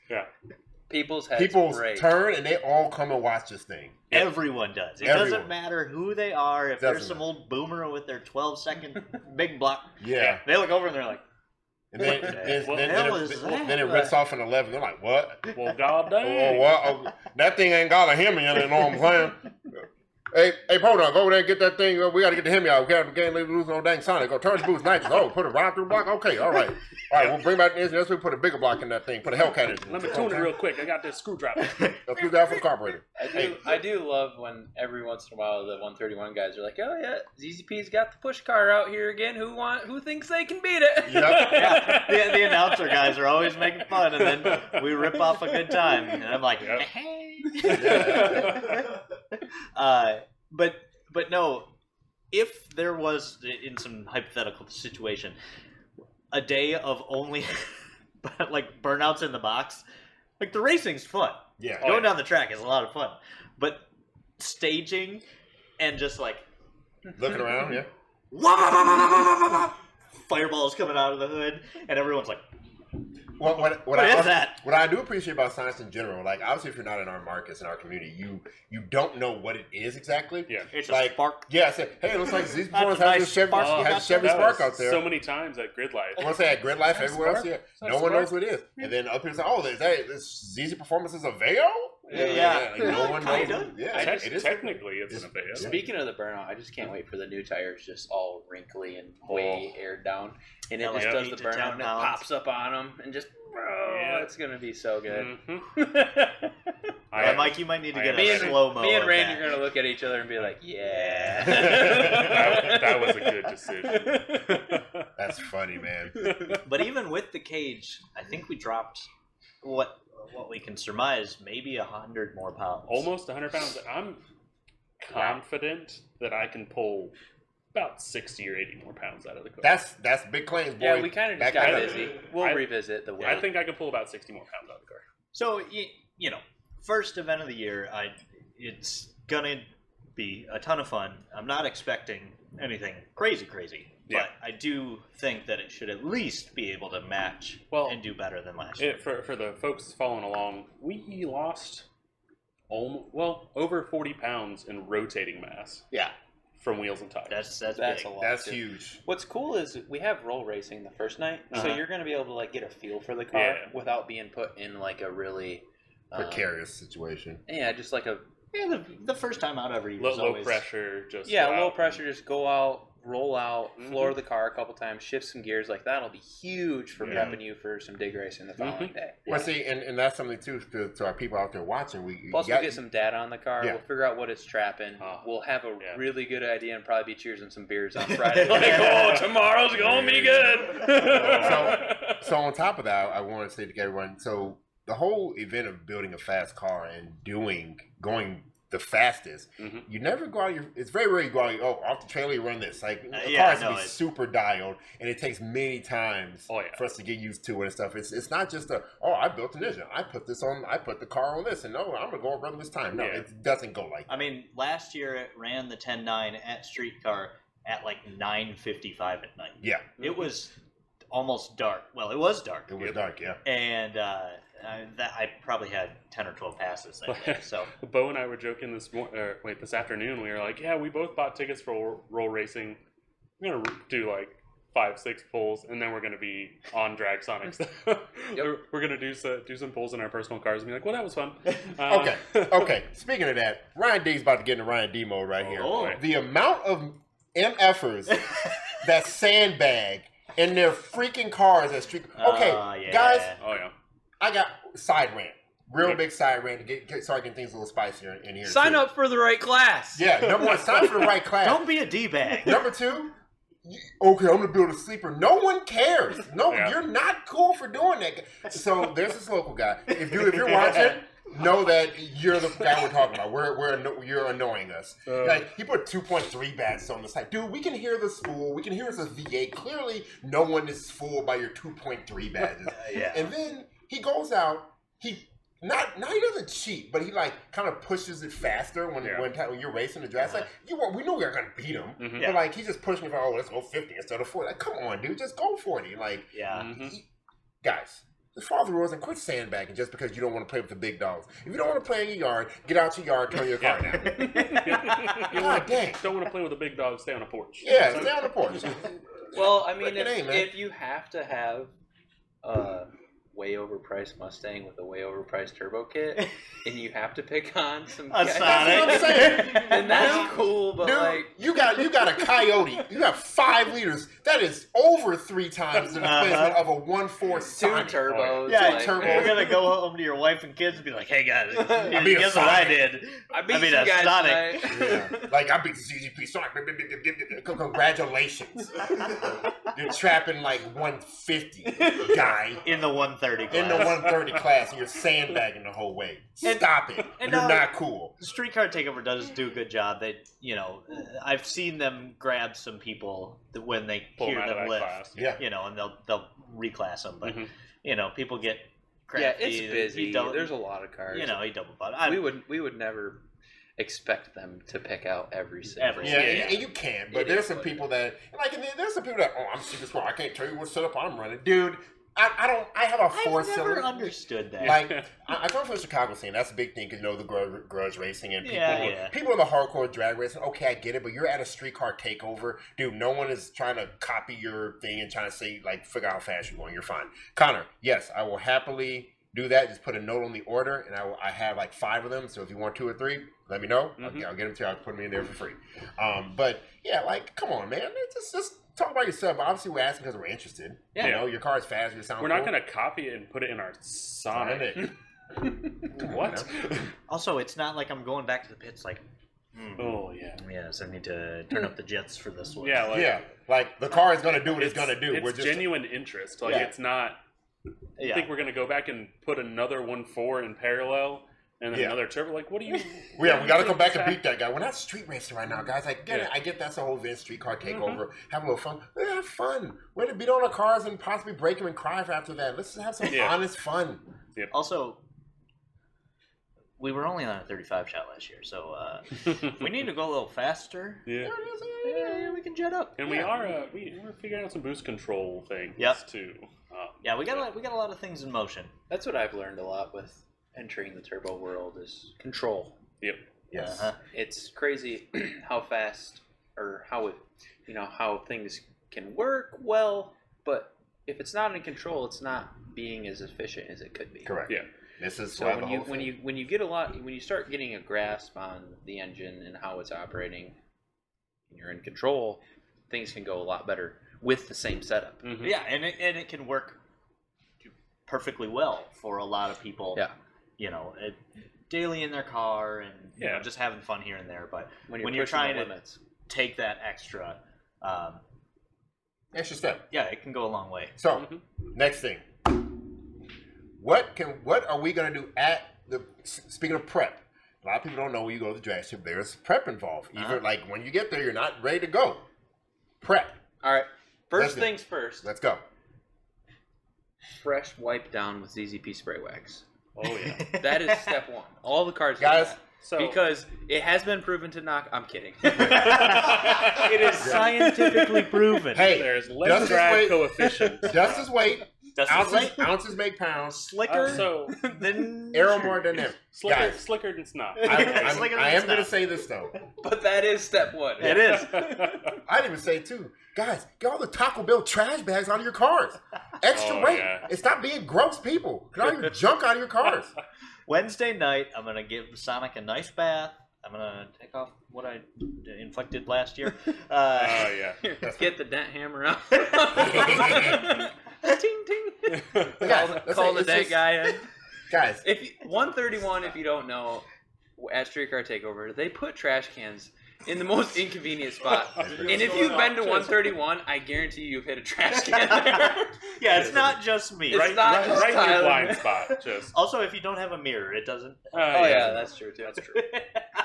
People's heads
people
break.
turn and they all come and watch this thing.
[laughs] Everyone does. It doesn't
Everyone.
matter who they are. If
Doesn't
there's some old boomer with their 12 second big block,
Yeah,
they look over and they're like,
and then
What
then,
the
then,
hell
then it,
is that?
then it rips off an eleven. They're like, what?
Well, goddamn.
Oh, what? Oh, that thing ain't got a Hemi in it. You know what I'm saying? Hey, hey, Podunk, go over there and get that thing. uh, We got to get the Hemi out. We got to get loose on dang Sonic. Go turn the boots nice. Oh, put a rod through block. Okay, all right, all right. We'll bring back the engine. Let's put a bigger block in that thing. Put a Hellcat in. it.
Let me tune it real quick. I got this screwdriver.
[laughs] Let's do that for the carburetor.
I do, I do love when every once in a while the 131 guys are like, "Oh yeah, ZZP's got the push car out here again. Who want? Who thinks they can beat [laughs] it?"
Yep.
yeah, the, the announcer guys are always making fun, and then we rip off a good time, and I'm like,
Yep.
hey. [laughs]
Yeah.
uh, but but no, if there was in some hypothetical situation a day of only [laughs] like burnouts in the box, like the racing's fun.
Yeah.
Oh,
Going
yeah.
down the track is a lot of fun, but staging and just like [laughs]
Looking around. Yeah.
fireballs coming out of the hood, and everyone's like,
Well, what, what
"What
I
is
also-
that?"
What I do appreciate about science in general, like obviously, if you're not in our markets in our community, you you don't know what it is exactly.
Yeah.
It's
Like-
a spark.
Yeah, I said, hey, it looks like
That's
these performers
a
have
nice
this Chevy,
spark
have
you got
Chevy
there.
Spark out there.
So many times at Grid Life.
I want to say at Grid Life,
Nice
everywhere else, yeah,
spark.
no one
Nice spark.
knows what it is. And then other people say, oh, is that this ZZ Performance is a veil?
Yeah.
like, no one knows.
Kinda.
Yeah,
Te-
it is.
technically, it's an event.
Speaking of the burnout, I just can't wait for the new tires, just all wrinkly and
Oh.
way aired down, and it
Yeah,
just
like
does
eight
the
to ten
burnout and it
pounds.
pops up on them and just, oh,
Yeah.
it's gonna be so [laughs] good.
Mhm.
Yeah, Mike, you might need to
I
get
am
a
ready.
slow mo.
Me and Randy are gonna look at each other and be like, "Yeah."
[laughs]
[laughs]
that, that was a good
[laughs]
decision.
That's funny, man.
But even with the cage, I think we dropped what what we can surmise maybe a hundred more pounds.
Almost 100 pounds. I'm confident that I can pull about 60 or 80 more pounds out of the car.
That's that's big claims, boy.
yeah, we kind of just
Back
got
that up.
busy. We'll
I-
revisit the way.
I think I can pull about 60 more pounds out of the car.
So you, you know, first event of the year, I it's gonna be a ton of fun. I'm not expecting anything crazy, crazy.
Yeah.
But I do think that it should at least be able to match
Well,
and do better than last year.
It, for, for the folks following along, we lost almost, well over 40 pounds in rotating mass
Yeah,
from wheels and tires.
that's that's,
that's
big.
a lot.
That's
too.
huge.
What's cool is we have roll racing the first night, so
Uh-huh.
you're gonna be able to like get a feel for the car
Yeah.
without being put in like a really um,
Precarious situation.
Yeah, just like a
Yeah, the, the first time out every year
low,
is
low
always
pressure, just
yeah
go
low
out [laughs]
pressure. Just go out, roll out, floor
Mhm.
the car a couple times, shift some gears. Like that'll be huge for
Yeah.
prepping you for some dig racing the following day.
Well, see, and, and that's something too to, to our people out there watching. We
Plus,
you got-
we'll get some data on the car.
Yeah.
We'll figure out what it's trapping.
Ah.
we'll have a
Yeah.
really good idea and probably be cheersing some beers on Friday. [laughs] like,
oh,
tomorrow's
gonna be
[laughs]
good.
and-
so on top of that, I want to say to everyone, so the whole event of building a fast car and doing going the fastest,
Mhm.
you never go out. Your, it's very rare you go out. Oh, off the trailer, you run this. Like
Uh,
the
yeah,
car has
no,
to be
it's-
super dialed, and it takes many times
Oh, yeah.
for us to get used to it and stuff. It's it's not just a oh I built an engine, I put this on, I put the car on this, and no, I'm gonna go run this time. No,
Yeah.
it doesn't go like. that.
I mean, last year it ran the 10.9 at streetcar at like 9.55 at night.
Yeah,
It was almost dark. Well, it was dark.
it was
Yep.
dark. Yeah,
And uh, I, that, I probably had 10 or 12 passes that day. So,
Bo and I were joking this morning, or wait, this afternoon. We were like, yeah, we both bought tickets for roll- roll racing. We're gonna do like five, six pulls, and then we're gonna be on drag sonics. [laughs] we're, we're gonna do so, do some pulls in our personal cars and be like, well, that
[laughs]
was fun. Uh,
Okay.
[laughs]
okay, speaking of that, Ryan D's about to get into Ryan D mode right here.
Oh.
The amount of MFers that sandbag in their freaking cars at street. Okay,
Uh, yeah.
guys,
Oh yeah.
I got side rant. real big side ran to get, get start getting things a little spicier in here.
Sign
too.
up for the right class.
Yeah, number one, sign up for the right class.
Don't be a d bag.
[laughs] Number two, you- okay, I'm gonna build a sleeper. No one cares. No,
Yeah.
you're not cool for doing that. So there's this local guy. If you if you're watching, know that you're the guy we're talking about. We're we're anno- you're annoying us.
Uh,
Like he put 2.3 bats on the site, dude. We can hear the spool. We can hear it's a VA. Clearly, no one is fooled by your 2.3 badges.
yeah.
And then he goes out. He not not he doesn't cheat, but he like kind of pushes it faster when
Yeah.
when, ta- when you're racing the draft. Like you, were, we knew we were gonna beat him,
Mhm.
Yeah.
but like he's just pushing me for oh let's go fifty instead of forty. Like come on, dude, just go forty. Like [laughs]
Yeah.
Mhm.
guys. Just follow the rules and quit sandbagging just because you don't want to play with the big dogs. If you don't want to play in your yard, get out your yard, turn your car down.
[laughs]
[laughs]
God dang.
Don't want to play with a big dog. Stay on a porch.
Yeah, stay on
[laughs]
the porch.
Well,
[laughs]
I mean,
Reckon
if,
A, man.
if you have to have a way overpriced Mustang with a way overpriced turbo
[laughs]
kit, and you have to pick on some
A
[laughs] guy-
Sonic.
That's what
[laughs]
I'm
and that's cool, but
Dude,
like,
you got you got a coyote. You got five liters. That is over three times the displacement
Uh-huh.
of a one four
two
Sonic.
turbos.
Yeah,
like,
turbo.
You're gonna go home to your wife and kids and be like, "Hey
[laughs]
guys,
I beat a
guess what I
Sonic."
did?
I beat
I mean,
you
a
guys
Sonic. [laughs]
tonight.
Yeah. Like I beat the CGP Sonic.
[laughs]
Congratulations. You're trapping like 150 guy
In the 130 class.
in the 130 class, and you're sandbagging the whole way.
And-
Stop it.
and uh, now-
you're not cool.
Streetcar Takeover does do a good job. They, you know, uh, I've seen them grab some people that when they
Pull
hear
him out of
them
that
lift,
class.
Yeah.
you know, and they'll they'll reclass them. But
Mhm.
you know, people get
yeah,
crafty.
it's
and
busy.
He double,
There's a lot of cars.
you know, he double butt. I,
we would we would never expect them to pick out every single.
Every
Yeah,
Yeah,
and,
yeah.
and you can, but
It
there's
is
some
like
people that like, and there- there's some people that oh, I'm super smart. I can't tell you what setup I'm running, dude. I, I don't. I have a
I've
four
never
cylinder.
understood that.
[laughs]
like I, I come from the Chicago scene. That's a big thing because you know the grudge, grudge racing and people,
Yeah, yeah.
people in the hardcore drag racing. Okay, I get it, but you're at a streetcar takeover, dude. No one is trying to copy your thing and trying to say like figure out how fast you're going. You're fine, Connor. Yes, I will happily do that. Just put a note on the order, and I will, I have like five of them. So if you want two or three, let me know. I'll-
Mhm.
I'll, get them to you. I'll put them in there for free. Um, but yeah, like come on, man. Just just talk about yourself. Obviously, we're asking because we're interested.
Yeah.
You know, your car's fast. You sound.
We're not
cool.
gonna copy it and put it in our Sonic. [laughs]
[laughs]
What?
also, it's not like I'm going back to the pits. Like, hmm,
oh yeah.
yes, I need to turn up the jets for this one.
Yeah. Like,
yeah, like the car is gonna do what it's, gonna do.
It's
We're just
genuine interest. Like
Yeah.
it's not. I
yeah.
think we're gonna go back and put another one four in parallel and then
Yeah.
another turbo. Like
[laughs]
what do you?
yeah, we gotta come back and beat that guy. We're not street racing right now, guys. I get it.
Yeah.
I get that's the whole Vince streetcar takeover. Have a little fun. Let's have fun. We're gonna beat on our cars and possibly break them and cry after that. Let's just have some
Yeah.
honest fun.
Also, we were only on a 35 shot last year, so uh, if we need to go a little faster.
[laughs] yeah.
Yeah, yeah, we can jet up.
And we
Yeah.
are uh, we, we're figuring out some boost control things
Yep.
too. Um,
Yeah, we got a lot, we got a lot of things in motion.
That's what I've learned a lot with entering the turbo world is control.
yep.
Yes.
Uh-huh.
It's crazy [clears throat] how fast or how it, you know, how things can work well, but if it's not in control, it's not being as efficient as it could be.
Correct.
Yeah.
This is
So
why the
when
whole
you when
thing-
you when you get a lot when you start getting a grasp on the engine and how it's operating, and you're in control, things can go a lot better with the same setup.
Mhm.
Yeah, and it, and it can work perfectly well for a lot of people.
Yeah.
you know, it, daily in their car and you know,
Yeah.
just having fun here and there. But
When you're,
When you're
pushing the
trying to-
limits.
take that extra. Um,
extra step.
yeah, it can go a long way.
So
Mhm.
next thing, what can what are we gonna do at the? s- Speaking of prep, a lot of people don't know when you go to the drag strip. There's prep involved. Even
Uh-huh.
like when you get there, you're not ready to go. Prep.
All right.
Let's
First
do-
things first.
Let's go.
Fresh wipe down with ZZP spray wax.
Oh
[laughs]
yeah.
That
[laughs]
is step one. All the cars, do
Guys,
that.
So
because it has been proven to knock. I'm kidding.
it is scientifically proven.
Hey,
there's
Justice
less
Wade- [laughs]
drag coefficient.
dust is weight,
Dust is
ounces,
like
ounces make pounds,
slicker
Uh, so
than
aeromar dynamic.
slicker,
Guys.
slicker than snot.
I,
It's
I'm- [laughs]
like a
I am
snap.
going to say this though.
but that is step one.
It
[laughs]
is.
Oh,
I didn't even say too. Guys, get all the Taco Bell trash bags out of your cars. Extra
Oh,
weight.
yeah.
And stop being gross people. Get all your junk out of your cars.
Wednesday night, I'm gonna give Sonic a nice bath. I'm gonna take off what I inflicted last
[laughs]
year.
Oh
Uh,
yeah.
Get the dent hammer out. ting ting.
Guys,
Call,
that's
call
it.
the
It's
dent
just-
guy in.
Guys,
If you- 131, if you don't know, at Streetcar Takeover, they put trash cans in the most inconvenient spot.
[laughs]
And
And if you've been to 131, I guarantee you you've hit a trash can there.
yeah, it's not just me.
It's
right,
not
right,
just
right in your
Tyler.
blind spot. Just
Also, if you don't have a mirror, it doesn't.
uh,
Oh yeah, that's true too. That's true.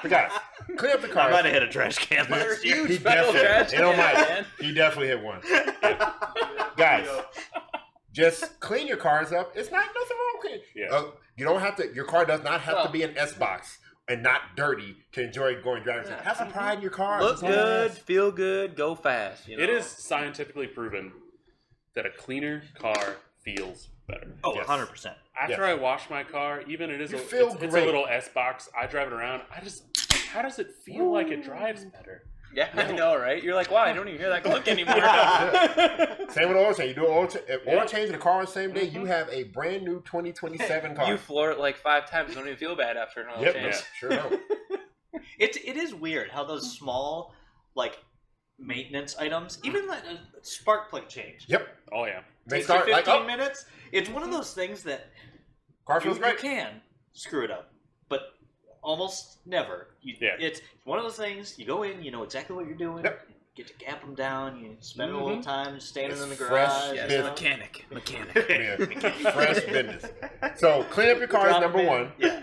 but guys, clean up the
I
car.
might have hit a trash
[laughs]
can last year.
He
Huge metal
definitely-
trash
it don't
can,
matter.
man.
You definitely hit one.
Yeah.
Guys.
Yeah.
Just clean your cars up. It's not nothing wrong with it.
Yeah.
Uh, you don't have to. Your car does not have
Well-
to be an S box and not dirty to enjoy going driving.
Yeah.
Have some pride in your car.
Look
It's not
good,
ass.
feel good, go fast. You know?
It is scientifically proven that a cleaner car feels better.
Oh,
Yes.
100%.
After
Yes.
I wash my car, even it is
You
a,
feel
it's, it's a
great.
little S box. I drive it around. I just how does it feel like it drives better?
Yeah, I know, right? You're like, wow, I don't even hear that click
[laughs]
anymore.
[laughs]
Same with oil change. You do oil, cha- if
Yeah.
oil change in the car on the same day. You have a brand new 2027 car.
you floor it like five times, don't even feel bad after an oil
yep,
change.
Yeah.
sure don't.
It's it is weird how those small like maintenance items, even like a spark plug change,
Yep,
Oh yeah,
they
takes
start
you
like
15
oh,
minutes. It's one of those things that
car
you,
feels
you
great.
can screw it up, but almost never. You,
Yeah.
It's one of those things you go in, you know exactly what you're doing.
Yep. Mm-hmm.
Get to cap them down. You spend a little time standing
It's
in the
fresh
garage.
Yeah,
you
it's
know?
mechanic,
[laughs]
mechanic.
Yeah, fresh business. So clean up your car is
Drop
number
it in.
one.
Yeah.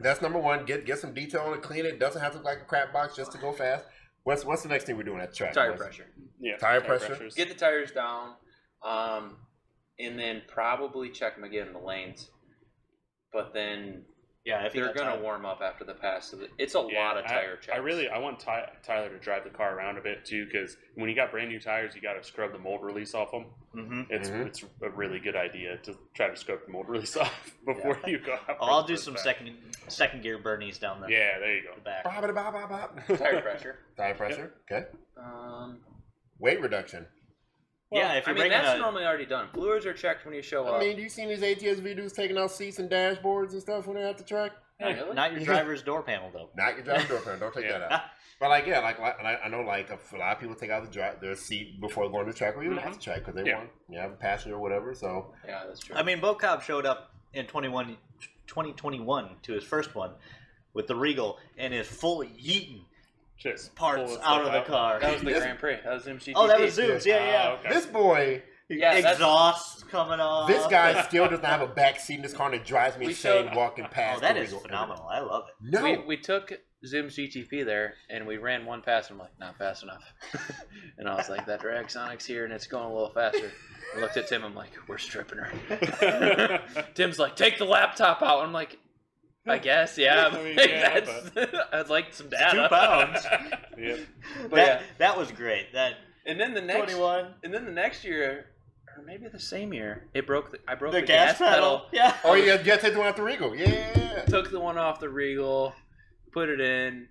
That's number one. Get get some detail on it. Clean it. Doesn't have to look like a crap box just to go fast. What's what's the next thing we're doing at the track?
Tire
boys?
pressure.
yeah.
Tire pressure.
pressures.
Get the tires down, um, and then probably check them again in the lanes. But then
Yeah, if you
they're
got
gonna
time.
warm up after the pass. so that- It's a
Yeah,
lot of
I-
tire
I,
checks.
really I want Ty, Tyler to drive the car around a bit too, because when you got brand new tires, you got to scrub the mold release off them.
Mm-hmm.
Mhm.
It's
Mhm.
it's a really good idea to try to scrub the mold [laughs] release off before you go. out
Oh,
for
I'll
the
do
first
some
time.
second second gear burnies down the,
Yeah, there you
the
go.
back.
Bop, bop, bop,
[laughs]
bop.
[laughs] tire
[laughs]
pressure.
Tire pressure. Okay.
Um, Well,
Weight reduction.
yeah, if
I
you're
mean
bringing
that's
a,
normally already done. Fluids are checked when you show up.
I mean, do you seen these ATSV dudes taking out seats and dashboards and stuff when they're at the track?
Not really?
not your
[laughs]
driver's door panel though.
Not your driver door panel. Don't take
Yeah.
that out. But like, yeah, like, like and I, I know, like a lot of people take out the dri- their seat before going to the track or even
Mhm.
at the track because they
Yeah.
want you have a passenger or whatever. So
yeah, that's true.
I mean, Bo Cobb showed up in 21, 2021 to his first one with the Regal and is fully yeeting
Just pull
parts
this
out
stuff
of the car.
that was the
this-
Grand Prix. That was MGP.
oh, that was Zooms. Yeah, yeah.
Ah, okay.
this boy,
Yeah, that's-
Exhaust coming off.
this guy still does not have a back seat in this car, and it drives me
We
insane
showed-
walking past.
Oh, that
the
is
Regal.
phenomenal. I love it.
No,
We, we took Zoom's GTP there and we ran one pass and I'm like, not fast enough. [laughs] and I was like, that drag Sonic's here and it's going a little faster. I looked at Tim, I'm like, we're stripping
[laughs]
her. Tim's like, take the laptop out. I'm like, I guess, yeah. [laughs]
I mean,
Like,
yeah,
that's- [laughs] I'd like some
Two
data.
pounds.
Yep.
But
But
that,
yeah.
that was great. That
[laughs] And then the next
21.
and then the next year, or maybe the same year, it broke the I broke
The gas pedal. Yeah.
Oh, you got to take the one out the Regal. Yeah.
Took the one off the Regal, put it in,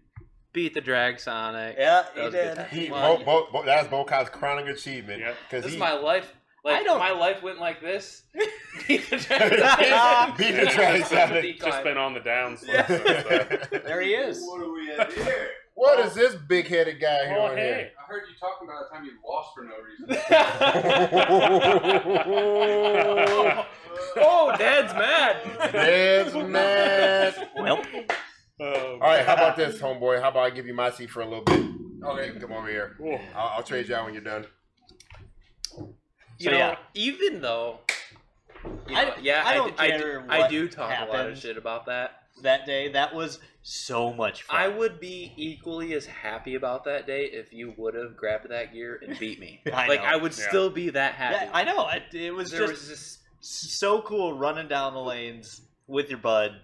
beat the drag Sonic.
Yeah,
That
he
was a good
did.
time.
He,
Well,
Bo, Bo, Bo, that's Bo Cobb's crowning achievement.
Yep.
Because
This
he [laughs]
is my life. Like,
I don't-
My life went like this.
[laughs]
[laughs] Beat the
Ah.
beat the trash out of it.
Just been on the down
[laughs]
Yeah.
slope. so-
There he is.
What are we at here?
What is this big headed guy here?
Oh,
on
hey.
I heard you talking about the time you lost for no reason. [laughs]
here?
oh, Dad's mad.
[laughs] That's mad.
Nope.
[laughs]
Oh,
All right, how about this, homeboy? How about I give you my seat for a little bit?
okay.
Come over here.
cool.
I'll, I'll trade you out when you're done.
You
So,
know,
yeah.
even though. You know,
I-
yeah,
I
I,
don't
d- I
care
do, I
what
do talk a lot of
happened.
shit about that.
That day, that was so much fun.
I would be equally as happy about that day if you would have grabbed that gear and beat me.
[laughs] I
like
know.
I would
Yeah.
still be that happy.
Yeah, I know. It, it was
there
just
was just
so cool running down the lanes with your bud.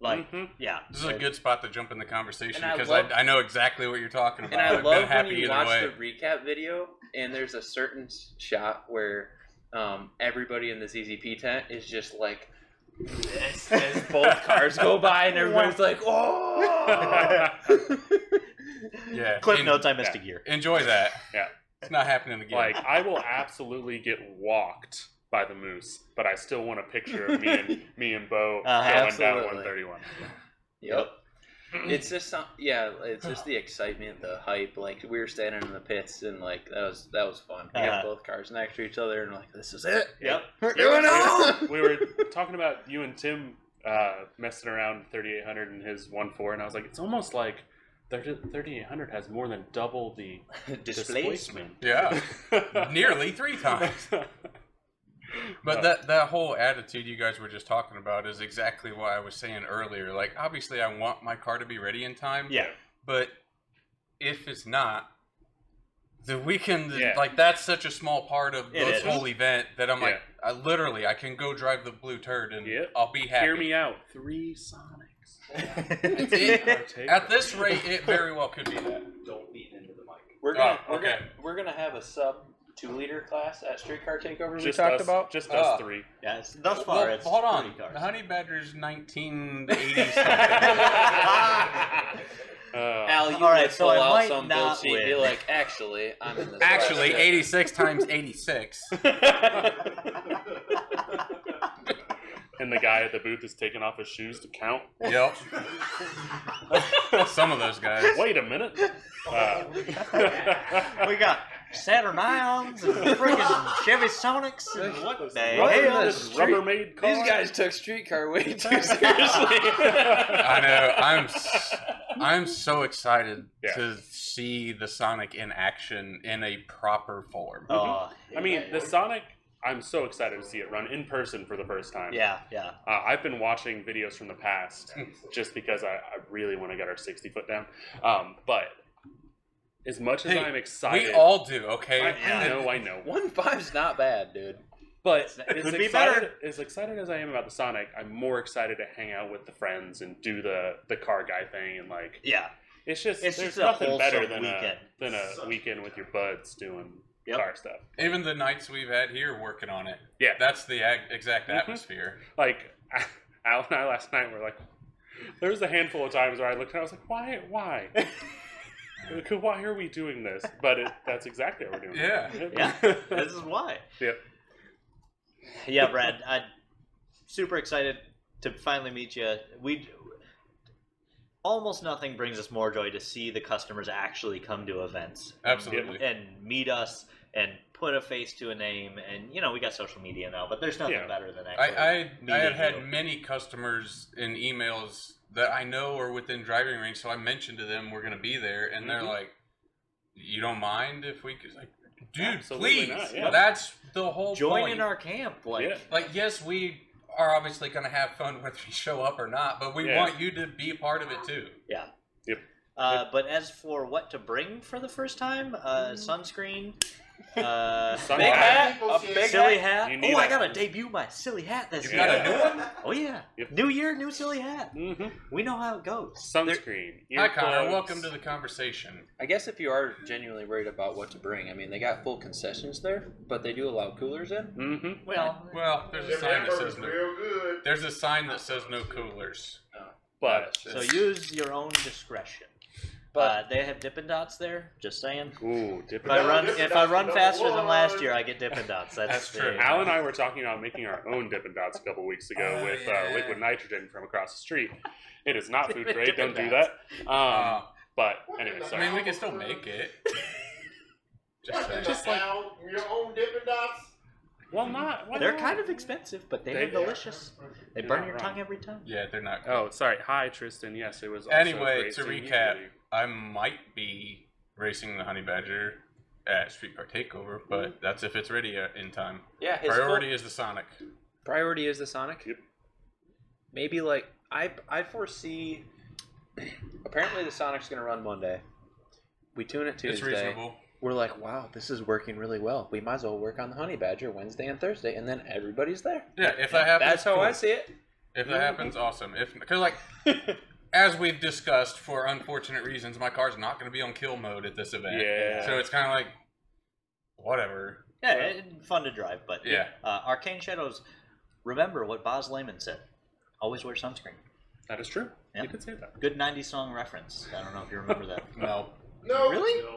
Like,
Mhm.
yeah.
[laughs] This is a good spot to jump in the conversation
And I
because
love-
I, I know exactly what you're talking about.
And I
I've been
love when
happy
you
either
watch
way.
the recap video, and there's a certain s- shot where um, everybody in the ZZP tent is just like this as both cars
[laughs]
go by, and everybody's like, "Oh!"
Yeah.
Clip
en-
notes. I missed
yeah.
a gear.
Enjoy that.
Yeah.
It's not happening again.
like I will absolutely get walked by the moose, but I still want a picture of me and me and Bo going
Uh,
down
absolutely.
131.
yep. It's just some, yeah, it's just the excitement, the hype. Like we were standing in the pits, and like that was that was fun. We
Uh-huh.
had both cars next to each other, and like this is it.
Yep.
We're doing it all!
We were talking about you and Tim uh, messing around 3800 and his 1.4, and I was like, it's almost like 30, 3800 has more than double the
[laughs]
displacement.
Yeah.
[laughs]
[laughs]
Nearly three times. But that that whole attitude you guys were just talking about is exactly what I was saying earlier. Like obviously I want my car to be ready in time.
Yeah.
But if it's not, the weekend
Yeah.
like that's such a small part of
It
this
is.
whole event that I'm like
Yeah.
I literally I can go drive the blue turd and
Yep.
I'll be happy.
Hear me out. Three Sonics.
[laughs]
it.
Partake
At this rate it very well could be that.
Don't beat into the mic. We're
Oh,
gonna, we're,
okay.
gonna, we're gonna have a sub two liter class at Streetcar Takeover.
Just
we talked
us,
about
just
Ah.
us three.
Yes. Thus far,
Well,
it's
hold on.
three cars.
The Honey Badger's 1980s.
Uh,
Al, you
All right,
would
so
pull
I
out
might
some
not
bullshit. You'd be
win.
like, actually, I'm in this.
[laughs] Actually,
class.
86 times 86.
and the guy at the booth is taking off his shoes to count.
Yep. Some of those guys.
Wait
[laughs]
a minute. Uh,
[laughs] we got Saturn Ions and freaking Chevy Sonics and what the
Rubber-
hell?
this
street-
Rubbermaid car.
These
[laughs]
guys took streetcar
[laughs]
way too seriously.
I know. I'm s- I'm so excited
Yeah.
to see the Sonic in action in a proper form.
Oh,
[laughs] I mean, the Sonic. I'm so excited to see it run in person for the first time.
yeah, yeah.
Uh, I've been watching videos from the past [laughs] just because I, I really want to get our 60 foot down. Um, but as much as
Hey,
I'm excited,
We all do,
I,
okay?
I know, I know.
[laughs] One five's not bad, dude.
But
It
as
could be
excited,
better.
as excited as I am about the Sonic, I'm more excited to hang out with the friends and do the, the car guy thing and like
Yeah.
it's just
It's
there's
just a
nothing
wholesome
better than
weekend.
a than a weekend with your buds doing
Yep.
car stuff.
Even the nights we've had here working on it.
Yeah.
That's the ag- exact
Mhm.
atmosphere.
like [laughs] Al and I last night were like, there was a handful of times where I looked and I was like, why,
[laughs]
why, Like, why are we doing this? But it, that's exactly what we're doing.
Yeah.
[laughs]
This is why.
Yep.
Yeah, Brad. I'm super excited to finally meet you. We almost nothing brings us more joy to see the customers actually come to events
Absolutely.
and meet us and put a face to a name. And you know, we got social media now, but there's nothing
Yeah.
better than actually.
I, I, I have
meeting you.
had many customers and emails that I know are within driving range, so I mentioned to them we're going to be there, and they're
Mhm.
like, "You don't mind if we?" Could? Like, dude,
Absolutely
please.
not, yeah.
That's the whole
Join
point.
in our camp, like.
Yeah.
like, yes, we are obviously going to have fun [laughs] whether you show up or not, but we
Yeah.
want you to be a part of it too.
Uh, but as for what to bring for the first time, uh, sunscreen, [laughs] uh,
Sun-
Big hat,
people
a
see
big
silly
hat.
hat.
You need
Oh, I
a-
gotta debut my silly hat this
You
year.
got
Yeah.
a new one?
Oh yeah,
Yep.
new year, new silly hat.
hmm
We know how it goes.
Sunscreen.
Hi, Connor.
earplugs.
Welcome to the conversation.
I guess if you are genuinely worried about what to bring, I mean, they got full concessions there, but they do allow coolers in.
Mhm.
Well,
Well, there's a sign that says no.
real good.
There's a sign that says no coolers.
But
so use your own discretion.
But-
But uh, they have Dippin' Dots there. Just saying.
ooh,
If
different.
I run,
Dippin'
if I
Dots,
run
number
faster than last
one.
year, I get Dippin' Dots. That's,
That's true.
the-
Al and I were talking about making our own Dippin' Dots a couple weeks ago
Oh,
with
yeah.
uh, liquid nitrogen from across the street. It
[laughs]
is not food grade.
Dippin'
Don't do
Dots.
that. Um,
Uh,
but anyway,
I
sorry.
mean, we can still make it. Just
Fucking
saying.
Just like-
now, your own Dippin' Dots.
Well, not. why
They're
not?
kind of expensive, but they,
They-
are delicious. They
You're
burn
not
your
wrong.
tongue every time.
Yeah, they're not.
Oh, sorry. Hi, Tristan. Yes, it was. Also
Anyway,
great
to
seeing you
recap.
today.
I might be racing the Honey Badger at Streetcar Takeover, but that's if it's ready uh, in time.
Yeah, his
Priority is the Sonic.
full- priority is the Sonic.
Yep.
Maybe like I I foresee. Apparently, the Sonic's gonna run Monday. We tune it Tuesday.
It's reasonable.
We're like, wow, this is working really well. We might as well work on the Honey Badger Wednesday and Thursday, and then everybody's there.
Yeah, if that happens,
That's how I
cool.
see it.
If that happens, awesome. If because
[laughs]
like. As we've discussed, for unfortunate reasons, my car's not going to be on kill mode at this event.
Yeah.
So it's kind of like, whatever.
Yeah,
Well-
it- fun to drive, but
Yeah.
Uh, Arcane Shadows. Remember what Boz Layman said: always wear sunscreen.
That is true.
Yeah.
You could say that.
Good '90s song reference. I don't know if you remember that.
No.
No.
Really?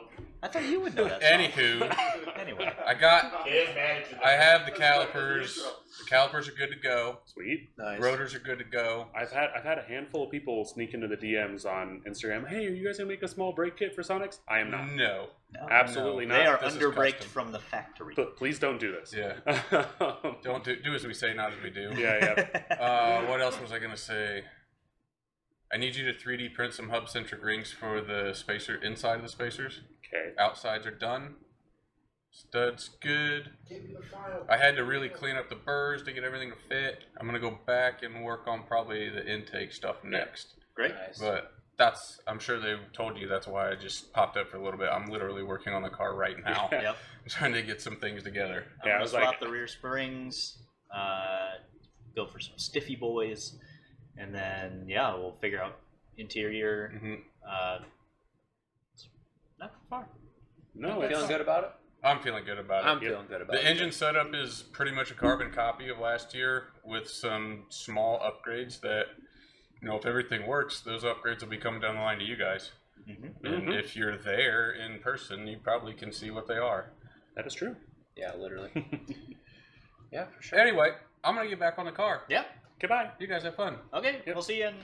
I thought you would know that. Song.
Anywho,
Anyway.
I got,
It is magic to
I
them.
have the calipers. The calipers are good to go.
Sweet.
Nice.
Rotors are good to go.
I've had I've had a handful of people sneak into the DMs on Instagram. Hey, are you guys gonna make a small break kit for Sonics? I am not.
No.
Absolutely
They
not.
are
This is
underbraked
custom.
from the factory.
But please don't do [laughs] this. Um,
Yeah. Don't do do as we say, not as we do.
yeah,
[laughs]
yeah.
[laughs]
Uh, what else was I gonna say? I need you to 3D print some hub centric rings for the spacer inside of the spacers.
Okay.
Outsides are done. Studs good. I had to really clean up the burrs to get everything to fit. I'm gonna go back and work on probably the intake stuff next.
Great.
Nice.
But that's I'm sure they told you that's why I just popped up for a little bit. I'm literally working on the car right now.
Yeah.
yep.
[laughs] trying to get some things together.
I'm
Yeah, I
gonna
was
swap
like-
the rear springs, uh, go for some stiffy boys, and then yeah, we'll figure out interior.
hmm
Uh, it's not far.
No,
Feeling
it's
good about it?
I'm feeling good about it.
I'm
Yep.
feeling good about
The
it.
engine setup is pretty much a carbon copy of last year with some small upgrades that, you know, if everything works, those upgrades will be coming down the line to you guys.
Mhm.
Mm-hmm.
And
Mhm.
if you're there in person, you probably can see what they are.
that is true.
Yeah, literally. yeah, for sure.
Anyway, I'm going to get back on the car.
Yeah.
Goodbye.
You guys have fun.
Okay.
Yep.
We'll see you in